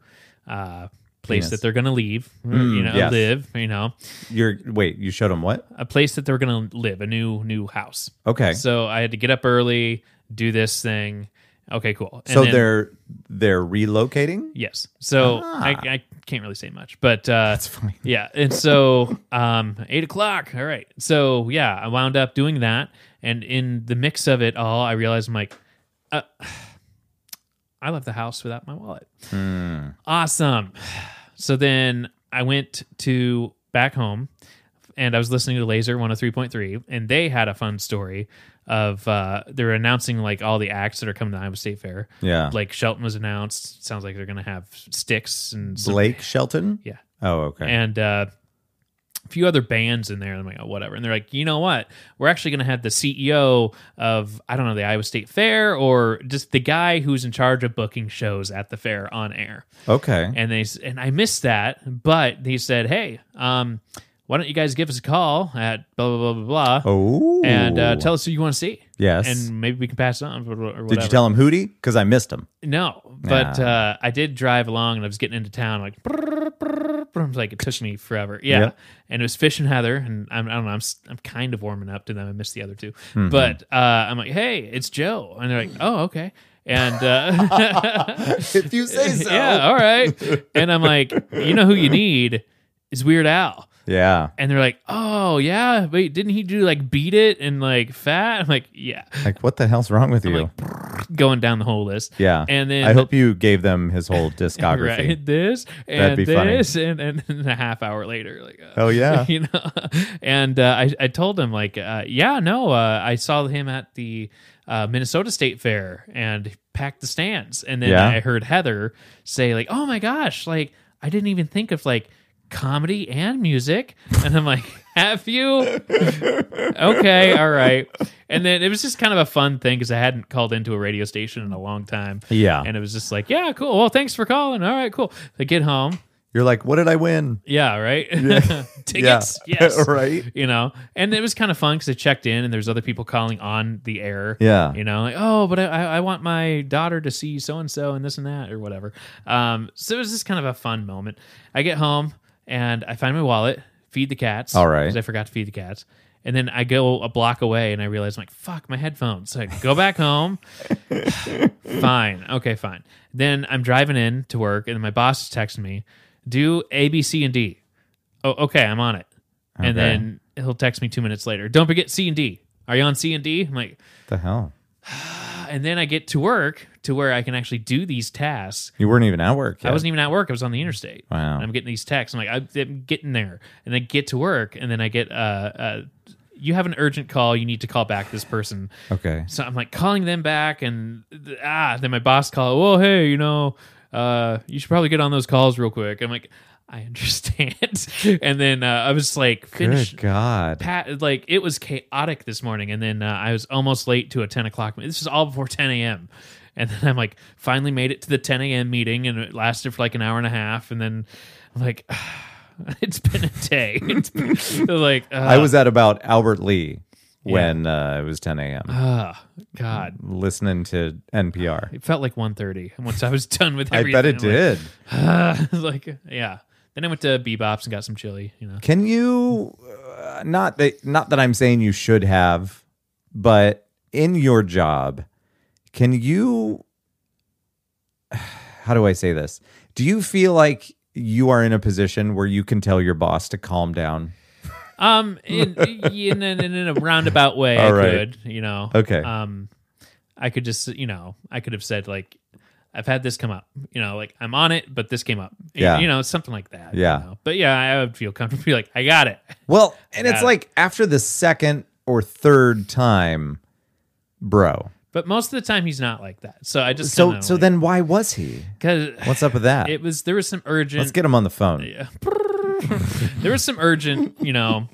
uh place Penis. Mm, that they're gonna leave, uh, you know, yes. live, you know, You're wait, you showed him what? a place that they're gonna live, a new new house. Okay. So, So I had to get up early, do this thing. Okay, cool. And then- they're they're relocating? yes. So Ah. I, I can't really say much, but uh, That's funny. yeah. And so um, eight o'clock. All right. So yeah, I wound up doing that, and in the mix of it all, I realized I'm like, uh, I left the house without my wallet. Hmm. Awesome. So then I went to back home and I was listening to Laser 103.3 and they had a fun story of uh they're announcing like all the acts that are coming to Iowa State Fair. Yeah. Like Shelton was announced. Sounds like they're going to have sticks and some- Blake Shelton? Yeah. Oh, okay. And uh a few other bands in there, and I'm like, oh, whatever. And they're like, you know what? We're actually going to have the CEO of, I don't know, the Iowa State Fair or just the guy who's in charge of booking shows at the fair on air okay. and they s- and I missed that, but they said, "Hey, um, why don't you guys give us a call at blah blah blah blah blah, oh. and uh, tell us who you want to see." Yes. and maybe we can pass it on. Or whatever. Did you tell him Hootie? Because I missed him. No, but uh, I did drive along, and I was getting into town. Like, brrr, brrr, brrr. I was like, it took me forever. Yeah, Yep. and it was Fish and Heather, and I'm, I don't know, I'm s- I'm kind of warming up to them. I missed the other 2 Mm-hmm. but uh, I'm like, hey, it's Joe, and they're like, oh, okay, and uh, If you say so. yeah, all right. And I'm like, you know who you need is Weird Al. Yeah. And they're like, oh yeah, wait, didn't he do like beat it and like fat? I'm like, yeah, Like what the hell's wrong with you? like, going down the whole list. yeah. And then I hope you gave them his whole discography. right, this and That'd be funny. this and, and then a half hour later, like, uh, Hell yeah. you know. And uh, I I told him like, uh, yeah, no, uh, I saw him at the uh, Minnesota State Fair and packed the stands, and then Yeah. I heard Heather say like, oh my gosh, like I didn't even think of like comedy and music, and I'm like, have you? okay, all right. And then it was just kind of a fun thing because I hadn't called into a radio station in a long time. Yeah. And it was just like, yeah, cool. Well, thanks for calling. All right, cool. I get home. You're like, what did I win? Yeah, right. Yeah. Tickets. Yes. right. You know, and it was kind of fun because I checked in and there's other people calling on the air. Yeah. You know, like, oh, but I, I I want my daughter to see so and so and this and that or whatever. Um, so it was just kind of a fun moment. I get home and I find my wallet, feed the cats. All right. 'cause I forgot to feed the cats. And then I go a block away and I realize I'm like, fuck, my headphones. So I go back home. fine. Okay, fine. Then I'm driving in to work and my boss is texting me, do A, B, C, and D. Oh, okay, I'm on it. Okay. And then he'll text me two minutes later. Don't forget C and D. Are you on C and D? I'm like, The hell? and then I get to work to where I can actually do these tasks. You weren't even at work. I yet. wasn't even at work. I was on the interstate. Wow. And I'm getting these texts. I'm like, I'm- I'm getting there. And then get to work. And then I get, uh, uh, you have an urgent call. You need to call back this person. Okay. So I'm like calling them back, and ah, then my boss called. Well, hey, you know, uh, you should probably get on those calls real quick. I'm like, I understand. and then uh, I was like, finish. Good God. Pat, like it was chaotic this morning, and then uh, I was almost late to a ten o'clock. meeting. This is all before ten a.m. And then I'm like, finally made it to the ten a.m. meeting, and it lasted for like an hour and a half. And then I'm like, It's been a day. It's been, like uh, I was at about Albert Lee when uh, it was 10 a.m. ah, God. listening to NPR. It felt like 1.30 once I was done with I everything. bet it I'm like, did. ah, like, yeah. Then I went to Bebop's and got some chili. You know, Can you uh, not that not that I'm saying you should have, but in your job, can you how do I say this? Do you feel like you are in a position where you can tell your boss to calm down? um, in in, in, in a roundabout way, I All right. could. You know, Okay. Um, I could just, you know, I could have said like, I've had this come up. You know, like I'm on it, but this came up. You- Yeah. You know, something like that. you Yeah. know. But yeah, I would feel comfortable. Be like, I got it. Well, and it's Yeah. like after the second or third time, bro. But most of the time, he's not like that. So I just So so then why was he? because What's up with that? it was there was some urgent. Let's get him on the phone. there was some urgent, you know,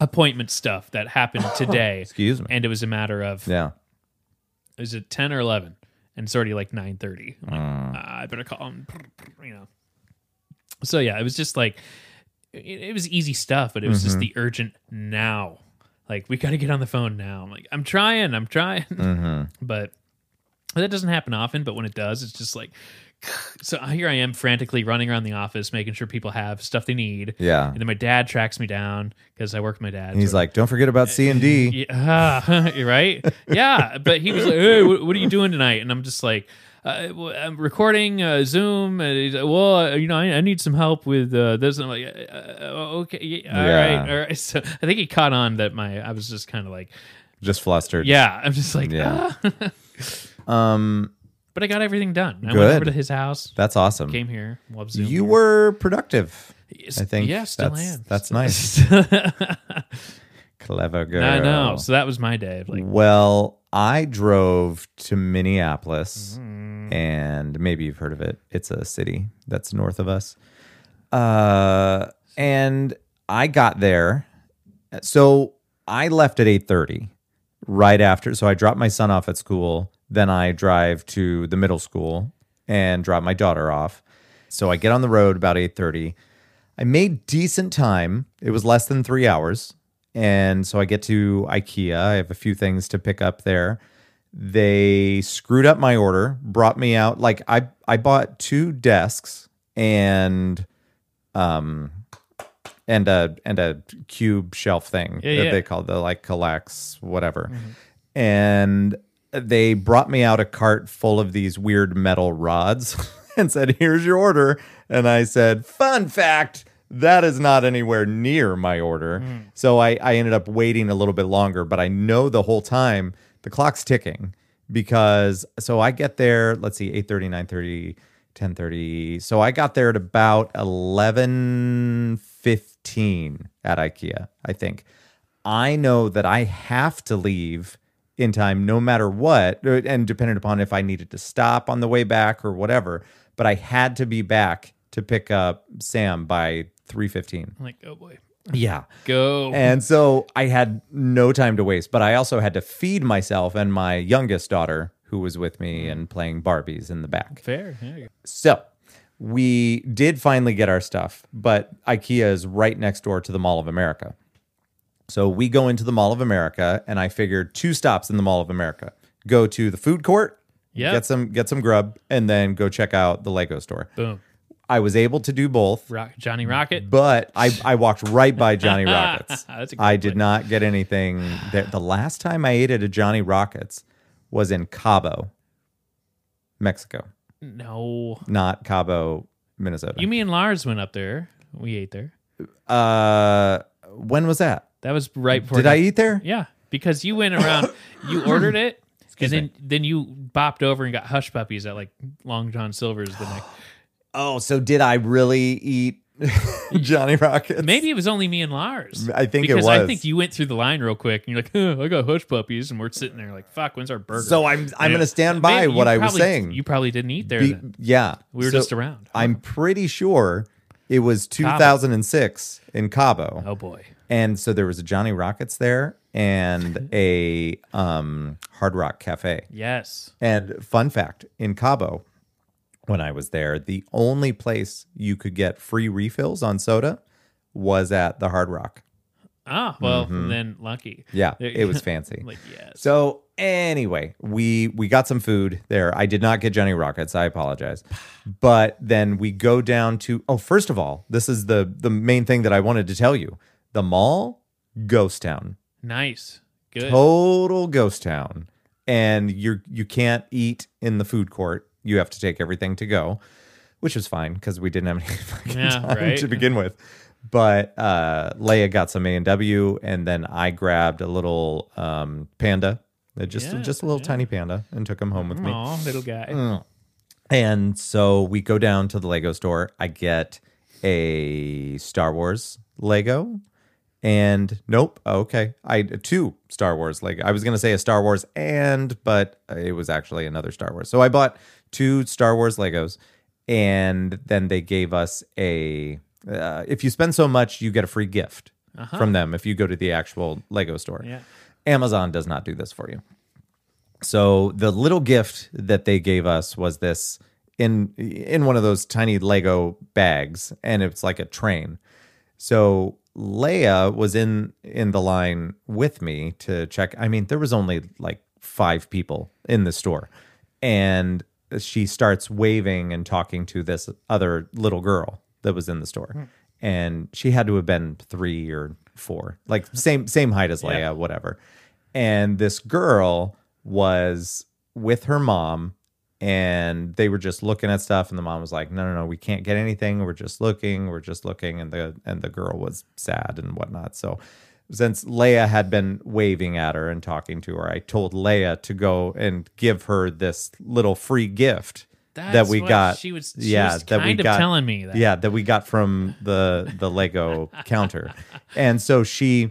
appointment stuff that happened today. Excuse me. And it was a matter of Yeah. is it ten or eleven? And it's already like nine thirty. I'm like, "Ah, I better call him. You know. So yeah, it was just like it, it was easy stuff, but it was just the urgent now. Like we got to get on the phone now. I'm like, I'm trying, I'm trying, but that doesn't happen often. But when it does, it's just like. So here I am frantically running around the office, making sure people have stuff they need. Yeah. And then my dad tracks me down because I work with my dad. And so he's like, "Don't forget about C and D." yeah, you're right. Yeah, but he was like, "Hey, what, what are you doing tonight?" And I'm just like, uh, well, "I'm recording uh, Zoom." And he's like, "Well, uh, you know, I, I need some help with uh, this." And I'm like, uh, uh, "Okay, yeah, all Yeah. right, all right." So I think he caught on that my I was just kind of like, just flustered. "Yeah," I'm just like, Yeah. "Ah." Um, but I got everything done. I went Good. over to his house, that's awesome. came here, loved Zoom. You were productive. Yes, I think. yeah, still that's, am. That's Still- nice. Clever girl. I know. So that was my day. of, Like, Well, I drove to Minneapolis, and maybe you've heard of it. It's a city that's north of us. Uh, and I got there. So I left at eight thirty, right after. So I dropped my son off at school. Then I drive to the middle school and drop my daughter off. So I get on the road about eight thirty. I made decent time. It was less than three hours. And so I get to IKEA. I have a few things to pick up there. They screwed up my order, brought me out. Like I I bought two desks and um and a and a cube shelf thing Yeah, that yeah. Mm-hmm. they call the like collects whatever. And they brought me out a cart full of these weird metal rods and said, "Here's your order." And I said, "Fun fact, that is not anywhere near my order." So I I ended up waiting a little bit longer, but I know the whole time the clock's ticking because so I get there, let's see 8:30, 9:30, 10:30. So I got there at about 11:15 at IKEA, I think. I know that I have to leave in time no matter what, uh, and dependent upon if I needed to stop on the way back or whatever, but I had to be back to pick up Sam by 3:15. I'm like, oh boy, Yeah. go. And so I had no time to waste, but I also had to feed myself and my youngest daughter who was with me and playing Barbies in the back. Fair. Yeah. So we did finally get our stuff, but IKEA is right next door to the Mall of America. So we go into the Mall of America, and I figured two stops in the Mall of America: go to the food court, Yeah. get some get some grub, and then go check out the Lego store. Boom. I was able to do both, Rock, Johnny Rocket. but I I walked right by Johnny Rockets. That's a good I did point. not get anything. There. The last time I ate at a Johnny Rockets was in Cabo, Mexico, No. not Cabo, Minnesota. You, me, and Lars went up there. We ate there. Uh, when was that? That was right before. Did I eat there? Yeah, because you went around. you ordered it, and then then you bopped over and got hush puppies at like Long John Silver's the next. Oh, so did I really eat Johnny Rockets? Maybe it was only me and Lars. I think it because I was. think you went through the line real quick, and you're like, "Huh, "I got hush puppies," and we're sitting there like, "Fuck, when's our burger?" So I'm I'm And gonna it- stand by maybe you what I was probably- saying. You probably didn't eat there. Be- then. yeah, We were So just around. I'm pretty sure it was 2006 in Cabo, oh boy, and so there was a Johnny Rockets there and a um Hard Rock Cafe. yes. And fun fact in Cabo, when I was there, the only place you could get free refills on soda was at the Hard Rock. Ah, well, then lucky. Mm-hmm. Yeah, There- it was fancy. like yes. So anyway, we we got some food there. I did not get Johnny Rockets. I apologize. But then we go down to oh, first of all, this is the the main thing that I wanted to tell you. The mall, ghost town, nice. Good. total ghost town, and you you can't eat in the food court. You have to take everything to go, which is fine because we didn't have any fucking Yeah, time right. to begin with. But uh, Leia got some A and W, and then I grabbed a little um, panda, Uh, just Yeah, just a little yeah. tiny panda, and took him home with Mm. me. Aw, little guy. And so we go down to the Lego store. I get a Star Wars Lego. And nope, Oh, okay. I two Star Wars Lego. I was going to say a Star Wars and but it was actually another Star Wars. So I bought two Star Wars Legos and then they gave us a uh, if you spend so much you get a free gift from them if you go to the actual Lego store. Yeah. Amazon does not do this for you. So the little gift that they gave us was this in in one of those tiny Lego bags, and it's like a train. So Leia was in in the line with me to check. I mean, there was only like five people in the store, and she starts waving and talking to this other little girl that was in the store, and she had to have been three or four, like same same height as Leia, whatever. And this girl was with her mom and they were just looking at stuff and the mom was like no no no we can't get anything we're just looking we're just looking and the and the girl was sad and whatnot so since leia had been waving at her and talking to her i told leia to go and give her this little free gift That's that we what got She was. She was kind of telling me that. yeah, that we got from the the Lego counter. And so she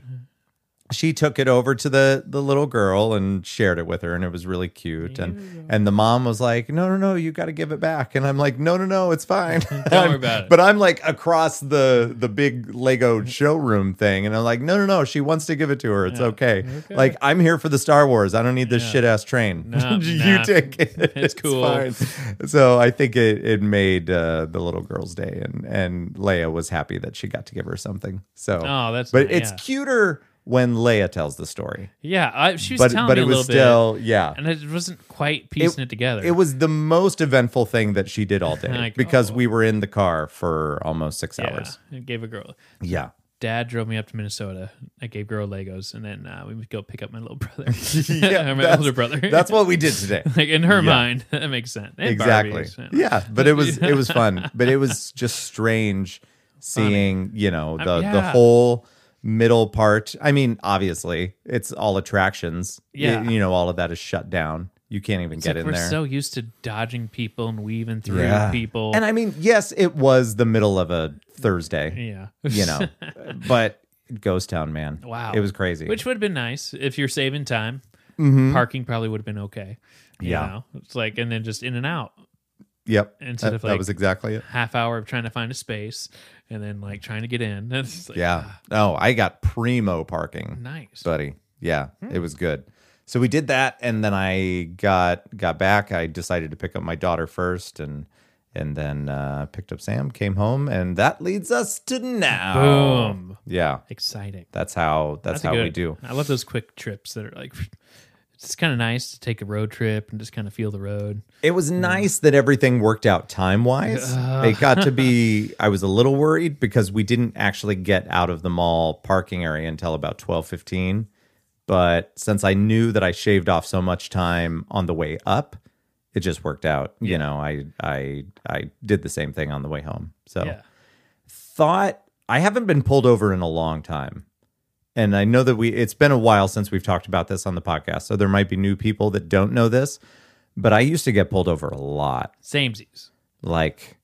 she took it over to the the little girl and shared it with her and it was really cute and and the mom was like no no no you got to give it back and i'm like no no no it's fine Don't worry about it. but i'm like across the the big lego showroom thing and i'm like no no no she wants to give it to her it's okay. like i'm here for the star wars i don't need this shit ass train Nah, you nah. take it It's cool. fine. So I think it it made uh, the little girl's day, and and Leia was happy that she got to give her something. So, Oh, that's but nice, it's yeah. cuter when Leia tells the story. Yeah, I, she was But telling but me it a was little still yeah. bit, and it wasn't quite piecing it, together. It was the most eventful thing that she did all day Like, because oh. we were in the car for almost six yeah, hours. It gave a girl. Yeah. Dad drove me up to Minnesota. I gave girl Legos, and then uh, we would go pick up my little brother, Yeah, or my that's- older brother. That's what we did today. like in her Yeah. mind that makes sense. And exactly Barbies, you know. yeah but it was it was fun but it was just strange seeing you know the the yeah. whole middle part i mean obviously it's all attractions Y- Yeah. you, know all of that is shut down you can't even It's get like in we're there so used to dodging people and weaving through Yeah. people. and i mean yes it was the middle of a thursday yeah, you know but ghost town man Wow. it was crazy which would have been nice if you're saving time. Parking probably would have been okay. you Mm-hmm. Yeah. know? it's like and then just in and out. yep instead that, of, that like- was exactly it half hour of trying to find a space and then like trying to get in. That's like, yeah no i got primo parking nice. buddy. Yeah, Hmm. it was good. So we did that, and then I got got back. I decided to pick up my daughter first, and and then uh, picked up Sam, came home, and that leads us to now. Boom. Yeah, Exciting. that's how that's, a how we good- do. I love those quick trips that are like it's kind of nice to take a road trip and just kind of feel the road. It was nice that everything worked out time wise. It got to be, I was a little worried because we didn't actually get out of the mall parking area until about twelve fifteen. But since I knew that I shaved off so much time on the way up, it just worked out. You know, I I I did the same thing on the way home. So Yeah. thought I haven't been pulled over in a long time. And I know that we it's been a while since we've talked about this on the podcast. So there might be new people that don't know this, but I used to get pulled over a lot, Samesies. like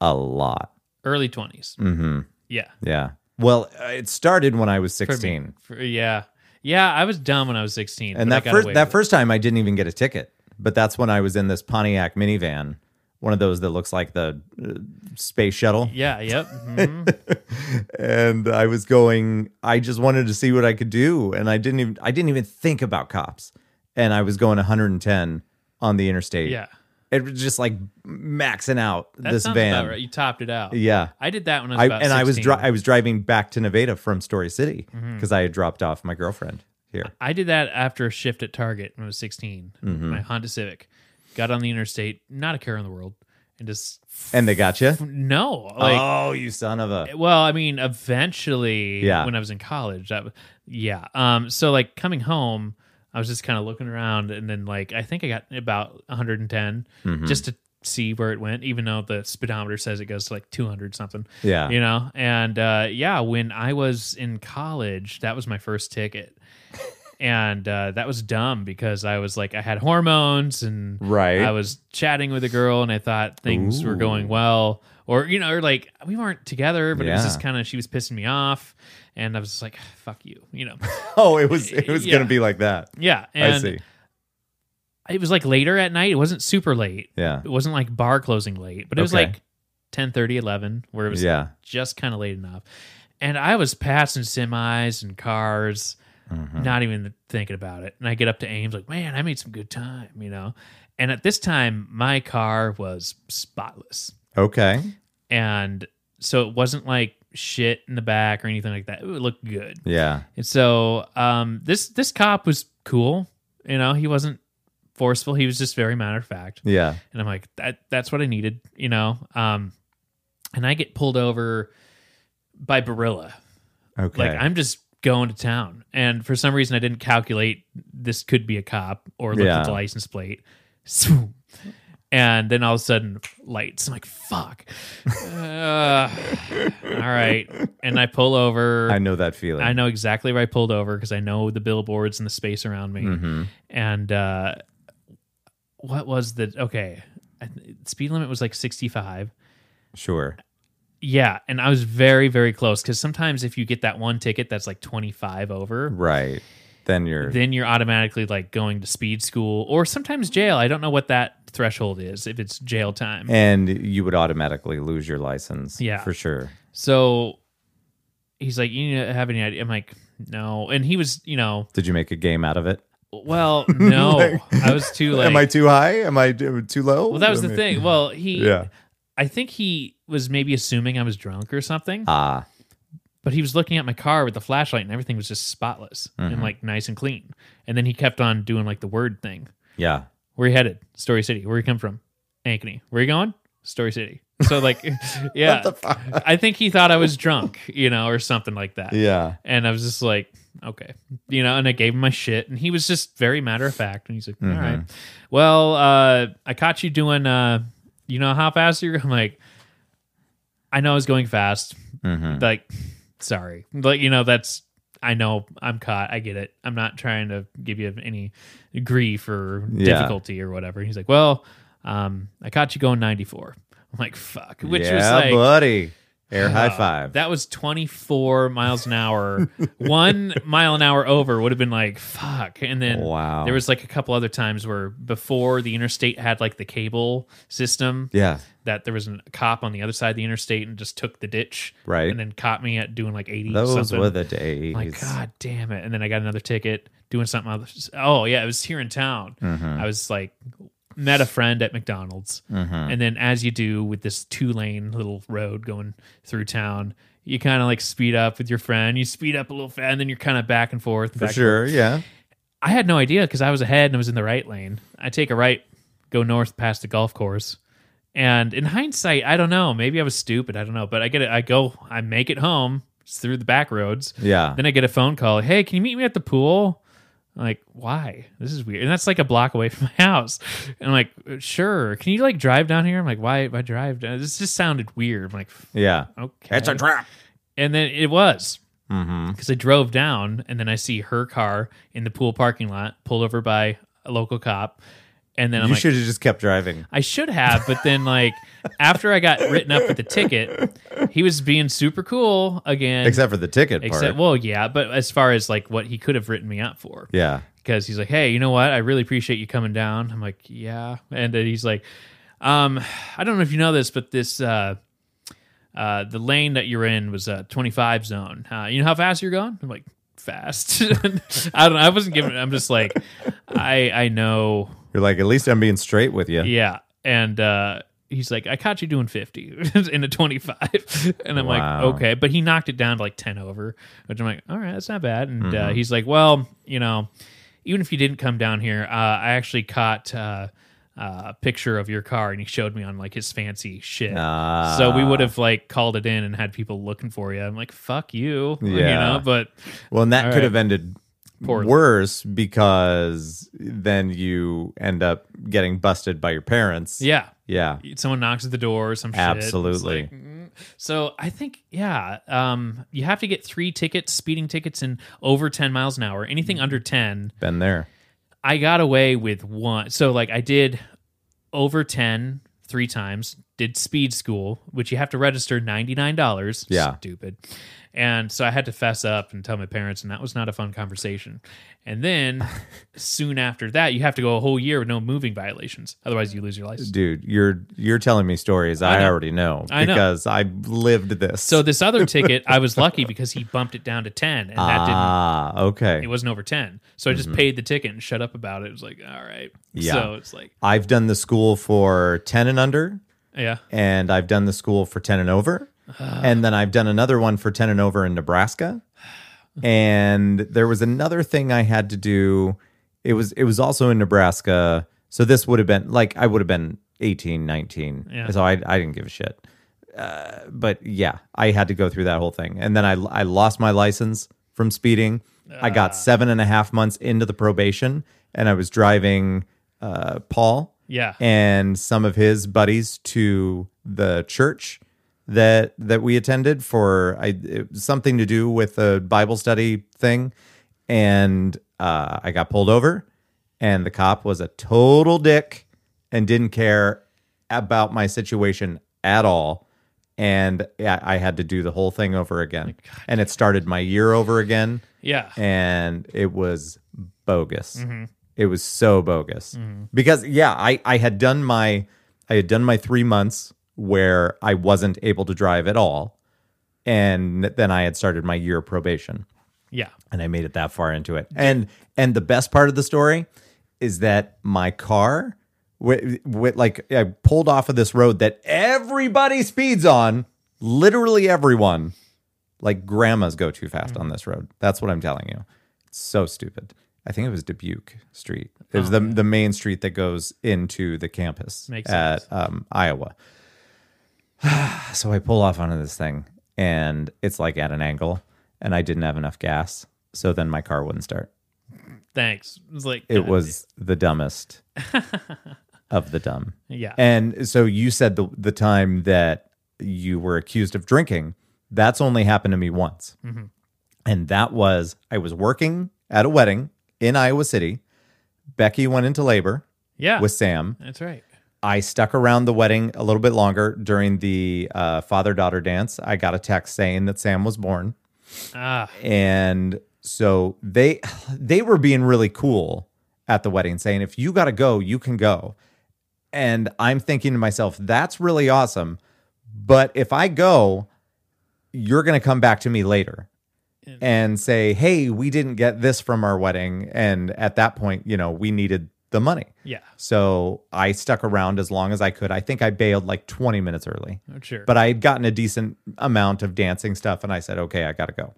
a lot. Early 20s. Mhm. Yeah. Yeah. Well, uh, it started when I was For me. 16. For- yeah. Yeah, I was dumb when I was 16. And but I that got first away that with first time I didn't even get a ticket, but that's when I was in this Pontiac minivan, one of those that looks like the uh, space shuttle. it. Yeah, yep. mhm. and I was going. I just wanted to see what I could do, and I didn't even. I didn't even think about cops, and I was going 110 on the interstate. yeah. It was just like maxing out That this sounds van. about right. You topped it out. Yeah. I did that when I was I, about and I was 16. dri- I was driving back to Nevada from Story City Mm-hmm. because I had dropped off my girlfriend here. I did that after a shift at Target when I was 16. Mm-hmm. My Honda Civic got on the interstate, not a care in the world, and just And they got you. no. Like, oh, you son of a! well, I mean, eventually, Yeah. when I was in college, that w- yeah. Um, so like coming home, I was just kind of looking around, and then like I think I got about 110 Mm-hmm. just to see where it went, even though the speedometer says it goes to like 200 something. Yeah. you know, and uh, yeah, when I was in college, that was my first ticket. And uh, that was dumb because I was like, I had hormones and Right. I was chatting with a girl and I thought things were Ooh. going well. Or, you know, or like we weren't together, but it was Yeah. just kind of, she was pissing me off. And I was just like, "Ah, fuck you, you know? Oh, it was it was Yeah. gonna be like that. yeah. And I see. it was like later at night. It wasn't super late. Yeah. It wasn't like bar closing late, but it was Okay. like 10 11, where it was Yeah. just kind of late enough. And I was passing semis and cars, Hmm. Mm-hmm. not even thinking about it. And I get up to Ames, like, man, I made some good time, you know? And at this time, my car was spotless. Okay. And so it wasn't like shit in the back or anything like that. It looked good. Yeah. And so um, this this cop was cool. You know, he wasn't forceful. He was just very matter of fact. Yeah. And I'm like, that that's what I needed, you know. Um, and I get pulled over by Barilla. Okay. Like I'm just going to town. And for some reason I didn't calculate this could be a cop or look Yeah. at the license plate. Swoom. And then all of a sudden lights. I'm like, fuck. Uh, all right. And I pull over. I know that feeling. I know exactly where I pulled over because I know the billboards and the space around me. Mm-hmm. And uh, what was the okay? I th- speed limit was like sixty-five. Sure. Yeah, and I was very, very close because sometimes if you get that one ticket that's like twenty-five over, Right. Then you're then you're automatically like going to speed school or sometimes jail. I don't know what that threshold is if it's jail time. and you would automatically lose your license. Yeah. For sure. so he's like, "You need to have any idea?" I'm like, "No," and he was, you know, Did you make a game out of it? well, no, I was too late. Am I too high? Am I d- too low? Well, that was I the mean- thing. Well, he, Yeah. I think he was maybe assuming I was drunk or something, Ah. but he was looking at my car with the flashlight and everything was just spotless Mm-hmm. and like nice and clean. And then he kept on doing like the word thing. Yeah. Where you headed? Story City. Where you come from? Ankeny. Where you going? Story City. So like, yeah, I think he thought I was drunk, you know, or something like that. Yeah. And I was just like, okay, you know, and I gave him my shit. And he was just very matter of fact. And he's like, all right, Mm-hmm. well, uh, I caught you doing, uh, you know, how fast you're. I'm like, I know I was going fast. Mm-hmm. Like, sorry. Like, you know, that's, I know I'm caught. I get it. I'm not trying to give you any grief or Yeah. difficulty or whatever. He's like, well, um, I caught you going 94. I'm like, fuck, which yeah, was like, buddy. Air high uh, five. That was 24 miles an hour. One mile an hour over would have been like, fuck. And then Wow. there was like a couple other times where before the interstate had like the cable system, yeah. that there was a cop on the other side of the interstate and just took the ditch. Right. And then caught me at doing like 80 Those something. were the days. I'm Like, God damn it. And then I got another ticket doing something else. Oh, yeah, it was here in town. Mm-hmm. I was like, met a friend at McDonald's. Mm-hmm. And then, as you do with this two lane little road going through town, you kind of like speed up with your friend. You speed up a little fast, and then you're kind of back and forth. For back and sure. Yeah. I had no idea because I was ahead and I was in the right lane. I take a right, go north past the golf course. And in hindsight, I don't know. Maybe I was stupid. I don't know. But I get it. I go, I make it home. It's through the back roads. Yeah. Then I get a phone call. Hey, can you meet me at the pool? I'm like, why? This is weird. And that's like a block away from my house. And I'm like, "Uh, sure. Can you like drive down here? I'm like, why? Why drive? Down? This just sounded weird. I'm like, Yeah. okay. It's a trap. And then it was Mm-hmm. because I drove down and then I see her car in the pool parking lot pulled over by a local cop. And then I'm You like, should have just kept driving. I should have, but then like after I got written up with the ticket, he was being super cool again. Except for the ticket part. except well, yeah, but as far as like what he could have written me up for, yeah. because he's like, "Hey, you know what? I really appreciate you coming down." I'm like, "Yeah," and then he's like, "Um, I don't know if you know this, but this uh, uh, the lane that you're in was a 25 zone. Uh, you know how fast you're going?" I'm like, "Fast." I don't. know. I wasn't giving. I'm just like, I I know. You're like, at least I'm being straight with you. Yeah. and uh, he's like, "I caught you doing fifty in a twenty-five, and I'm Wow. like, "Okay," but he knocked it down to like ten over, which I'm like, "All right, that's not bad." And Mm-hmm. uh, he's like, "Well, you know, even if you didn't come down here, uh, I actually caught." Uh, uh, picture of your car and he showed me on like his fancy shit. Ah. so we would have like called it in and had people looking for you. I'm like, fuck you. You Yeah. know, but Well, and that All could right. have ended Poorly. worse because then you end up getting busted by your parents. yeah. Yeah. Someone knocks at the door or some shit. It's Absolutely. like, mm. so I think, yeah, um, you have to get three tickets, speeding tickets, and over 10 miles an hour. Anything under 10, Been there. I got away with one. So like I did over 10 three times, did speed school, which you have to register $99. Yeah. Stupid. And so I had to fess up and tell my parents, and that was not a fun conversation. And then soon after that, you have to go a whole year with no moving violations. Otherwise, you lose your license. Dude, you're you're telling me stories I, know. already know I know. because I lived this. So this other ticket, I was lucky because he bumped it down to 10, and that didn't ah, okay. it wasn't over 10. So I just paid the ticket and shut up about it. It was like, all right. Mm-hmm. Yeah. So it's like, I've done the school for 10 and under, yeah. Ah. and I've done the school for 10 and over. and then I've done another one for 10 and over in Nebraska. And there was another thing I had to do. It was it was also in Nebraska. So this would have been like I would have been 18, 19. Yeah. So I I didn't give a shit. Uh, but yeah, I had to go through that whole thing. And then I I lost my license from speeding. I Ah. got seven and a half months into the probation and I was driving uh, Paul Yeah. and some of his buddies to the church that that we attended for I, it, was something to do with a Bible study thing, and uh, I got pulled over, and the cop was a total dick and didn't care about my situation at all. And yeah, I had to do the whole thing over again, and it started my year over again Yeah. and it was bogus. It was so bogus because yeah, I I had done my I had done my three months where I wasn't able to drive at all, and then I had started my year of probation Yeah. and I made it that far into it. And and the best part of the story is that my car, with, like I pulled off of this road that everybody speeds on, literally everyone. Like grandmas go too fast on this road. That's what I'm telling you. It's so stupid. I think it was Dubuque Street. It was the the main street that goes into the campus Makes at um, Iowa. So I pull off onto this thing and it's like at an angle and I didn't have enough gas. So then my car wouldn't start. Thanks. It was like, uh, It God, was the dumbest of the dumb. Yeah. And so you said the the time that you were accused of drinking, that's only happened to me once. And that was I was working at a wedding in Iowa City. Becky went into labor yeah. with Sam. That's right. I stuck around the wedding a little bit longer during the uh, father daughter dance. I got a text saying that Sam was born, Ah, and so they they were being really cool at the wedding, saying if you got to go, you can go. And I'm thinking to myself, that's really awesome, but if I go, you're going to come back to me later and say, "Hey, we didn't get this from our wedding," and at that point, you know, we needed the money. yeah, So I stuck around as long as I could. I think I bailed like 20 minutes early, sure. but I had gotten a decent amount of dancing stuff and I said, okay, I got to go.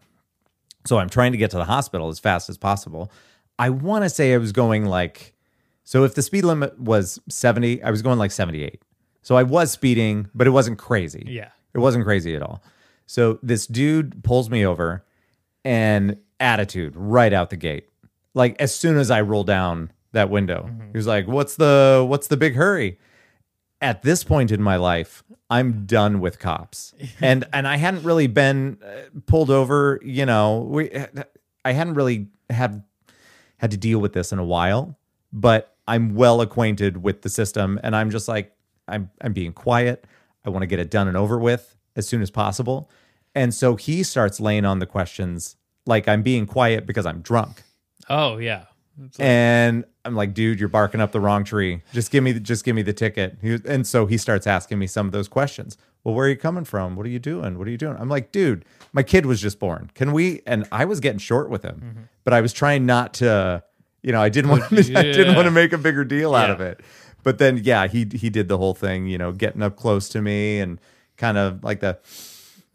So I'm trying to get to the hospital as fast as possible. I want to say I was going like, so if the speed limit was 70, I was going like 78. So I was speeding, but it wasn't crazy. yeah, It wasn't crazy at all. So this dude pulls me over and attitude right out the gate. Like as soon as I roll down that window, he was like, "What's the what's the big hurry?" At this point in my life, I'm done with cops. and and I hadn't really been uh, pulled over, you know, we I hadn't really had had to deal with this in a while, but I'm well acquainted with the system and I'm just like I'm I'm being quiet. I want to get it done and over with as soon as possible. And so he starts laying on the questions like I'm being quiet because I'm drunk. oh yeah, It's like- And I'm like, dude, you're barking up the wrong tree. Just give me, the, just give me the ticket. He was- and so he starts asking me some of those questions. Well, where are you coming from? What are you doing? What are you doing? I'm like, dude, my kid was just born. Can we? And I was getting short with him, Mm-hmm. but I was trying not to, you know, I didn't want, to, I didn't Yeah. want to make a bigger deal out of Yeah. it. But then yeah, he he did the whole thing, you know, getting up close to me and kind of like the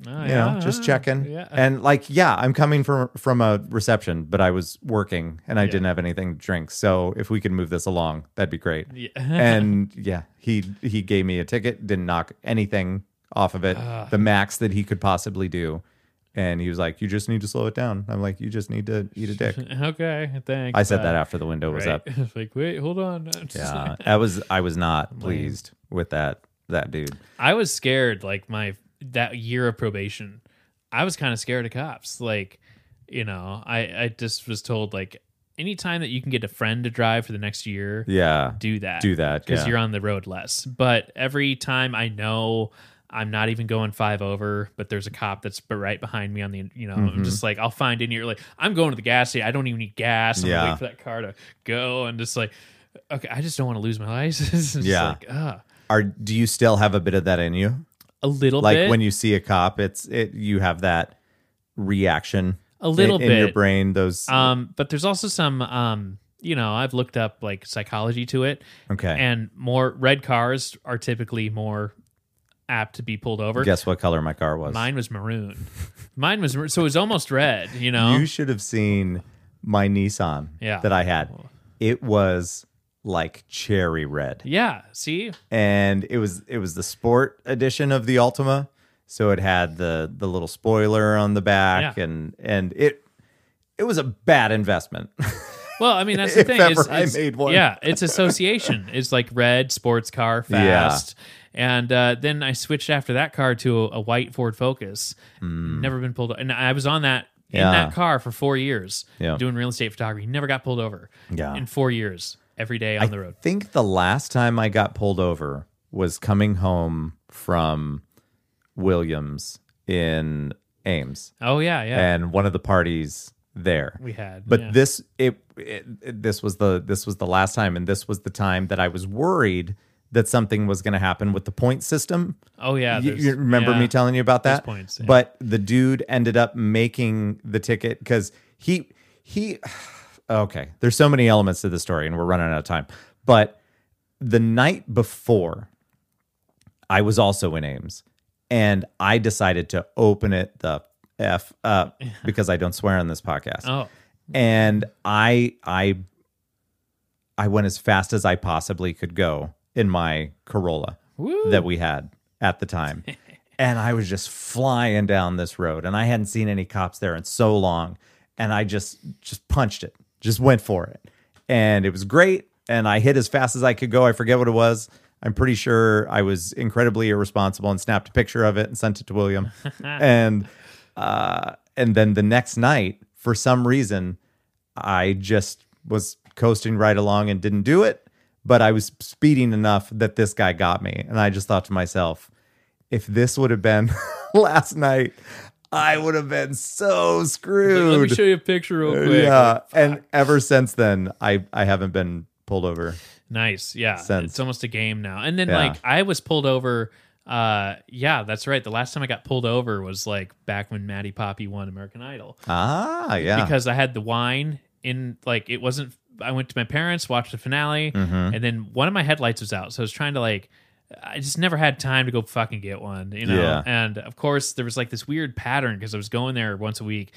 Ah, you know, yeah, just checking. Yeah. And like, yeah, I'm coming from from a reception, but I was working and I Yeah. didn't have anything to drink. So if we could move this along, that'd be great. Yeah. and yeah, he he gave me a ticket, didn't knock anything off of it, the max that he could possibly do. And he was like, "You just need to slow it down." I'm like, "You just need to eat a dick." okay, thanks. I said uh, that after the window was right? up. It's like, wait, hold on. It's Yeah, like- I was I was not pleased with that that dude. I was scared like my that year of probation. I was kind of scared of cops. Like, you know, I I just was told like anytime that you can get a friend to drive for the next year, Yeah, do that. do that because yeah. you're on the road less. But every time I know I'm not even going five over, but there's a cop that's b- right behind me on the, you know, Mm-hmm. I'm just like, I'll find in here. Like, I'm going to the gas station. I don't even need gas. I'm Yeah. gonna wait for that car to go. And just like, okay, I just don't want to lose my license. It's Yeah. Like, ah, Are do you still have a bit of that in you? a little like bit. when you see a cop it's it you have that reaction A little in, in your bit. brain those um, but there's also some, um, you know, I've looked up like psychology to it. okay And more red cars are typically more apt to be pulled over. guess what color my car was Mine was maroon. Mine was mar- so it was almost red. You know. you should have seen my nissan Yeah. Oh. that i had it was like cherry red yeah. See. and it was it was the sport edition of the Altima. So it had the the little spoiler on the back, Yeah. and and it it was a bad investment. Well, I mean that's the If thing. ever it's- I it's- made one. Yeah, it's association. it's like red sports car Yeah. fast. And uh, then I switched after that car to a, a white Ford Focus. Never been pulled. And I was on that Mm. Yeah. in that car for four years Yeah. doing real estate photography. Never got pulled over. Yeah. In four years, every day on the road. I think the last time I got pulled over was coming home from Williams in Ames Oh yeah, yeah. and one of the parties there. we had. But yeah. this it, it it- this was the this was the last time and this was the time that I was worried that something was going to happen with the point system. oh yeah. You, there's- you remember yeah. me telling you about There's that? points, yeah. But the dude ended up making the ticket because he he okay. There's so many elements to the story, and we're running out of time. But the night before, I was also in Ames, and I decided to open it the f up because I don't swear on this podcast Oh. and I I I went as fast as I possibly could go in my Corolla Woo. that we had at the time. and I was just flying down this road and I hadn't seen any cops there in so long and I just just punched it. Just went for it. And it was great and I hit as fast as I could go. I forget what it was. I'm pretty sure I was incredibly irresponsible and snapped a picture of it and sent it to William. and uh, and then the next night, for some reason, I just was coasting right along and didn't do it. But I was speeding enough that this guy got me, and I just thought to myself, if this would have been last night, I would have been so screwed. Let me show you a picture real quick. Uh, yeah, and ever since then, I I haven't been pulled over. Nice. Yeah. Sense. It's almost a game now. And then Yeah. like I was pulled over uh yeah, that's right. The last time I got pulled over was like back when Maddie Poppy won American Idol Ah, yeah, because I had the wine in like it wasn't I went to my parents, watched the Mm-hmm. finale, Hmm. and then one of my headlights was out. So I was trying to like I just never had time to go fucking get one, you know. Yeah. And of course there was like this weird pattern because I was going there once a week.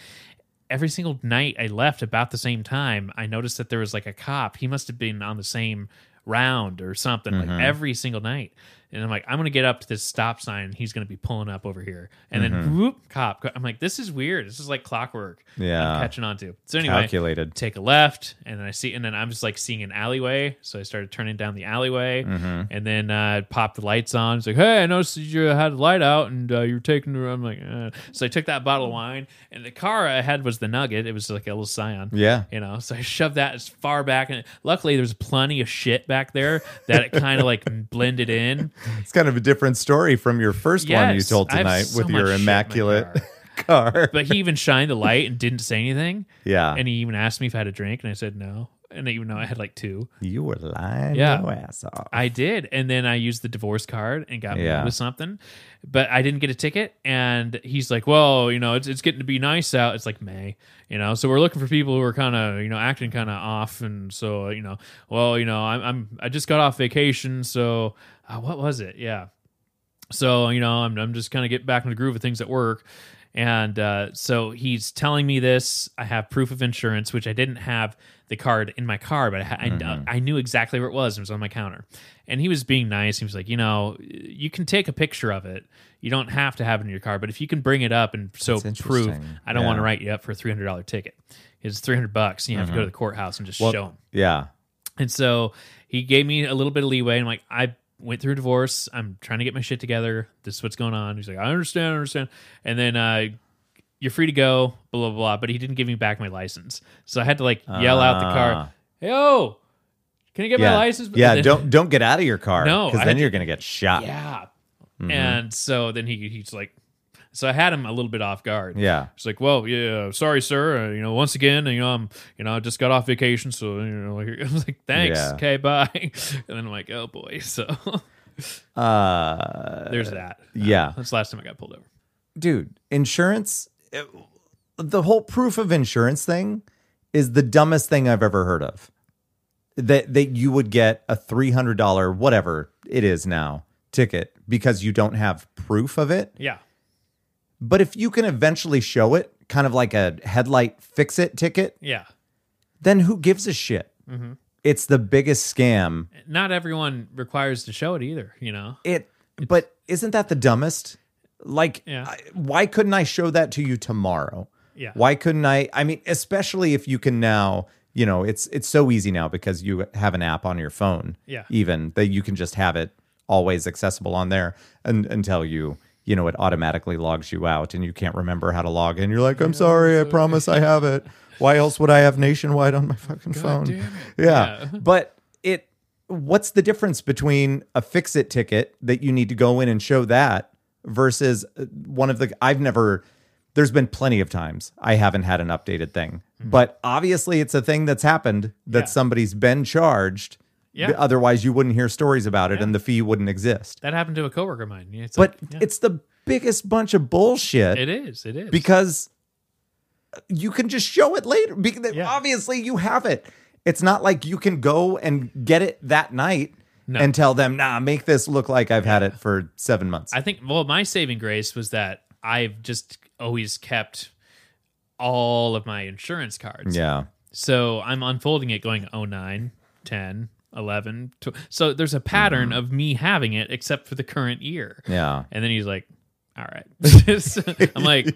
Every single night I left about the same time, I noticed that there was like a cop. He must have been on the same round or something Mm-hmm. like every single night. And I'm like, I'm gonna get up to this stop sign and he's gonna be pulling up over here. And Mm-hmm. then whoop, cop. I'm like, this is weird. This is like clockwork. Yeah. I'm catching on to. So anyway, calculated. take a left, and then I see, and then I'm just like seeing an alleyway. So I started turning down the alleyway, and then uh, popped the lights on. It's like, hey, I noticed that you had a light out, and uh, you're taking. The, I'm like, uh. so I took that bottle of wine, and the car I had was the Nugget. It was like a little Scion. Yeah. You know, so I shoved that as far back, and luckily there's plenty of shit back there that it kind of like blended in. It's kind of a different story from your first one you Yes, told I have tonight so with much your shit in my immaculate car. car. But he even shined the light and didn't say anything. Yeah. And he even asked me if I had a drink, and I said no. And even though I had like two, you were lying Yeah. your ass off. I did. And then I used the divorce card and got Yeah. moved to something, but I didn't get a ticket. And he's like, well, you know, it's, it's getting to be nice out. It's like May, you know, so we're looking for people who are kind of, you know, acting kind of off. And so, you know, well, you know, I'm, I'm I just got off vacation. So uh, what was it? Yeah. So, you know, I'm, I'm just kind of getting back in the groove of things at work. And uh, so he's telling me this. I have proof of insurance, which I didn't have the card in my car, but I, ha- I, Mm-hmm. I knew exactly where it was. It was on my counter. And he was being nice. He was like, you know, you can take a picture of it. You don't have to have it in your car, but if you can bring it up and so That's prove, interesting. I don't want to Yeah. write you up for a three hundred dollar ticket. It's three hundred bucks, and you have Mm-hmm. to go to the courthouse and just show 'em. show them. yeah. And so he gave me a little bit of leeway. And I'm like, I went through a divorce. I'm trying to get my shit together. This is what's going on. He's like, I understand, I understand. And then uh, you're free to go, blah, blah, blah. But he didn't give me back my license. So I had to like yell out the car, yo, can you get Ah. yeah. my license? Yeah, And then- don't don't get out of your car. No, I because had then to- you're gonna get shot. Yeah. Yeah. Mm-hmm. And so then he he's like, so I had him a little bit off guard. It's like, well, yeah, sorry, sir. Uh, you know, once again, you know, I'm, you know, I just got off vacation, so you know, here- I was like, thanks, Yeah. okay, bye. And then I'm like, oh boy, so Uh, there's that. yeah. That's the last time I got pulled over. dude, insurance, it- the whole proof of insurance thing is the dumbest thing I've ever heard of. That that you would get a three hundred dollar whatever it is now ticket because you don't have proof of it. Yeah, But if you can eventually show it, kind of like a headlight fix it ticket, yeah. then who gives a shit? It's the biggest scam. Not everyone requires to show it either. You know, It, but isn't that the dumbest? Like, Yeah. I- why couldn't I show that to you tomorrow? Yeah. Why couldn't I? I mean, especially if you can now, you know, it's it's so easy now because you have an app on your phone. Yeah. Even that you can just have it always accessible on there and, until you, you know, it automatically logs you out and you can't remember how to log in. You're like, I'm sorry, I promise I have it. Why else would I have Nationwide on my fucking phone? damn it. Yeah. Yeah. But it what's the difference between a fix it ticket that you need to go in and show that versus uh, one of the I've never there's been plenty of times I haven't had an updated thing. But obviously it's a thing that's happened that Hmm. Yeah. somebody's been charged. Yeah. Otherwise you wouldn't hear stories about it and the fee wouldn't exist. that happened to a coworker of mine. It's But like, yeah. it's the biggest bunch of bullshit it is, it is because you can just show it later because Yeah. obviously you have it it's not like you can go and get it that night No. and tell them nah make this look like i've had it for seven months I think well, my saving grace was that I've just always kept all of my insurance cards. yeah So I'm unfolding it going oh, 09, 10, 11. 12. So there's a pattern of me having it except for the current year. Mm-hmm. yeah And then he's like, all right. So I'm like,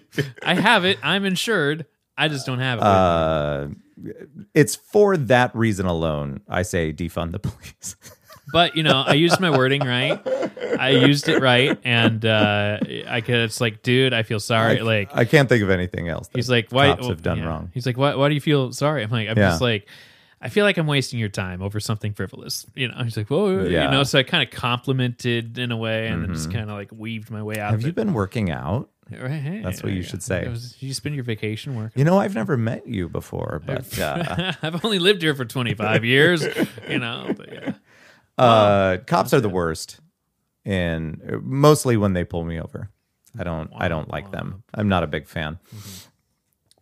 I have it. I'm insured. I just don't have it. uh it's for that reason alone i say defund the police but, you know, I used my wording right. I used it right. And uh, I could, it's like, dude, I feel sorry. like, i can't think of anything else that He's like, why cops have done yeah. wrong He's like, why? Why do you feel sorry? I'm like, I'm Yeah. just like, I feel like I'm wasting your time over something frivolous. You know, he's like, whoa, Yeah. Mm-hmm. you know. So I kind of complimented in a way, and then just kind of like weaved my way out. have you been woreen out That's what you should say. you spend your vacation working. you know i've never met you before but uh, I've only lived here for 25 years. You know, but yeah, Uh, cops are the worst, and mostly when they pull me over. I don't. I don't like them. I'm not a big fan. Mm-hmm.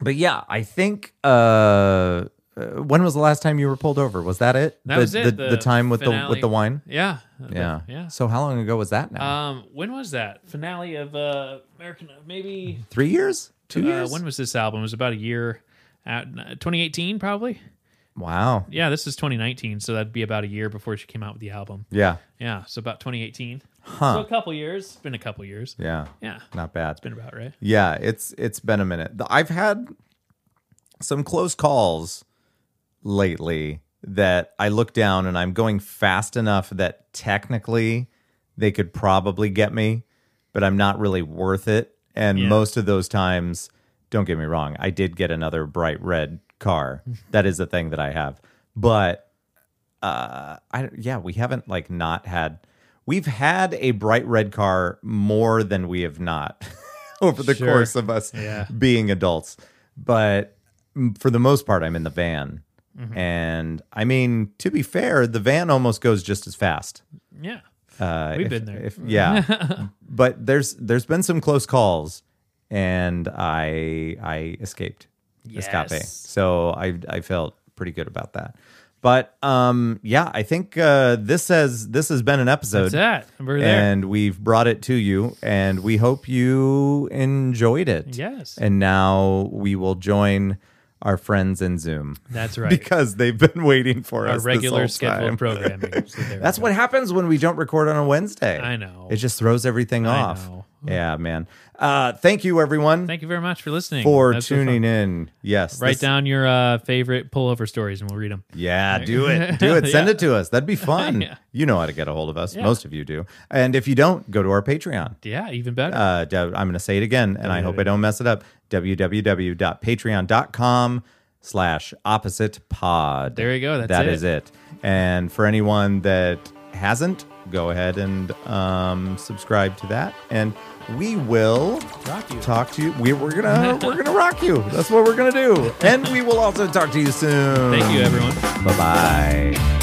But yeah, I think. Uh, uh, when was the last time you were pulled over? Was that it? That the, was it, The, the the time with the finale. with the wine. yeah, Yeah. yeah. So how long ago was that now? Um, when was that finale of uh, American? Maybe Three years? Two uh, years? When was this album? It was about a year out, 2018 probably. wow. yeah, this is 2019, so that'd be about a year before she came out with the album. Yeah. Yeah, so about 2018. Huh. So a couple years. It's been a couple years. yeah. Yeah, Not bad. been about right. Yeah, it's it's been a minute. The- I've had some close calls lately that I look down and I'm going fast enough that technically they could probably get me, but I'm not really worth it. And Yeah. most of those times, don't get me wrong, I did get another bright red car. that is a thing that I have. But uh I yeah, we haven't like not had we've had a bright red car more than we have not. over the Sure. course of us Yeah. being adults. But mm, for the most part, I'm in the van. Mm-hmm. And I mean, to be fair, the van almost goes just as fast. Yeah. Uh, We've if- been there. if- yeah, but there's there's been some close calls, and I I escaped escape. Yes. So I I felt pretty good about that. But um, yeah, I think uh, this has this has been an episode, That's that. We're there. and we've brought it to you, and we hope you enjoyed it. Yes. And now we will join our friends in Zoom That's right. because they've been waiting for Our us this regular whole scheduled time. programming. So there That's we what happens when we don't record on a Wednesday. I know. It just throws everything I off. know. Yeah, man. Uh, thank you, everyone, go. Thank you very much for listening. for That's so fun. tuning in. Yes. Write this- down your uh, favorite pullover stories and we'll read them. Yeah, do it. Do it. Send it to us. That'd be fun. Yeah. You know how to get a hold of us. Yeah. Most of you do. And if you don't, go to our Patreon. Yeah, even better. Uh, dev- I'm going to say it again, and I hope I don't mess it up. www.patreon.com slash opposite pod. There you go. That's That it. is it. And for anyone that hasn't, go ahead and um, subscribe to that. And we will Rock you. talk to you. We, we're gonna we're gonna rock you. That's what we're gonna do. And we will also talk to you soon. Thank you, everyone. Bye bye.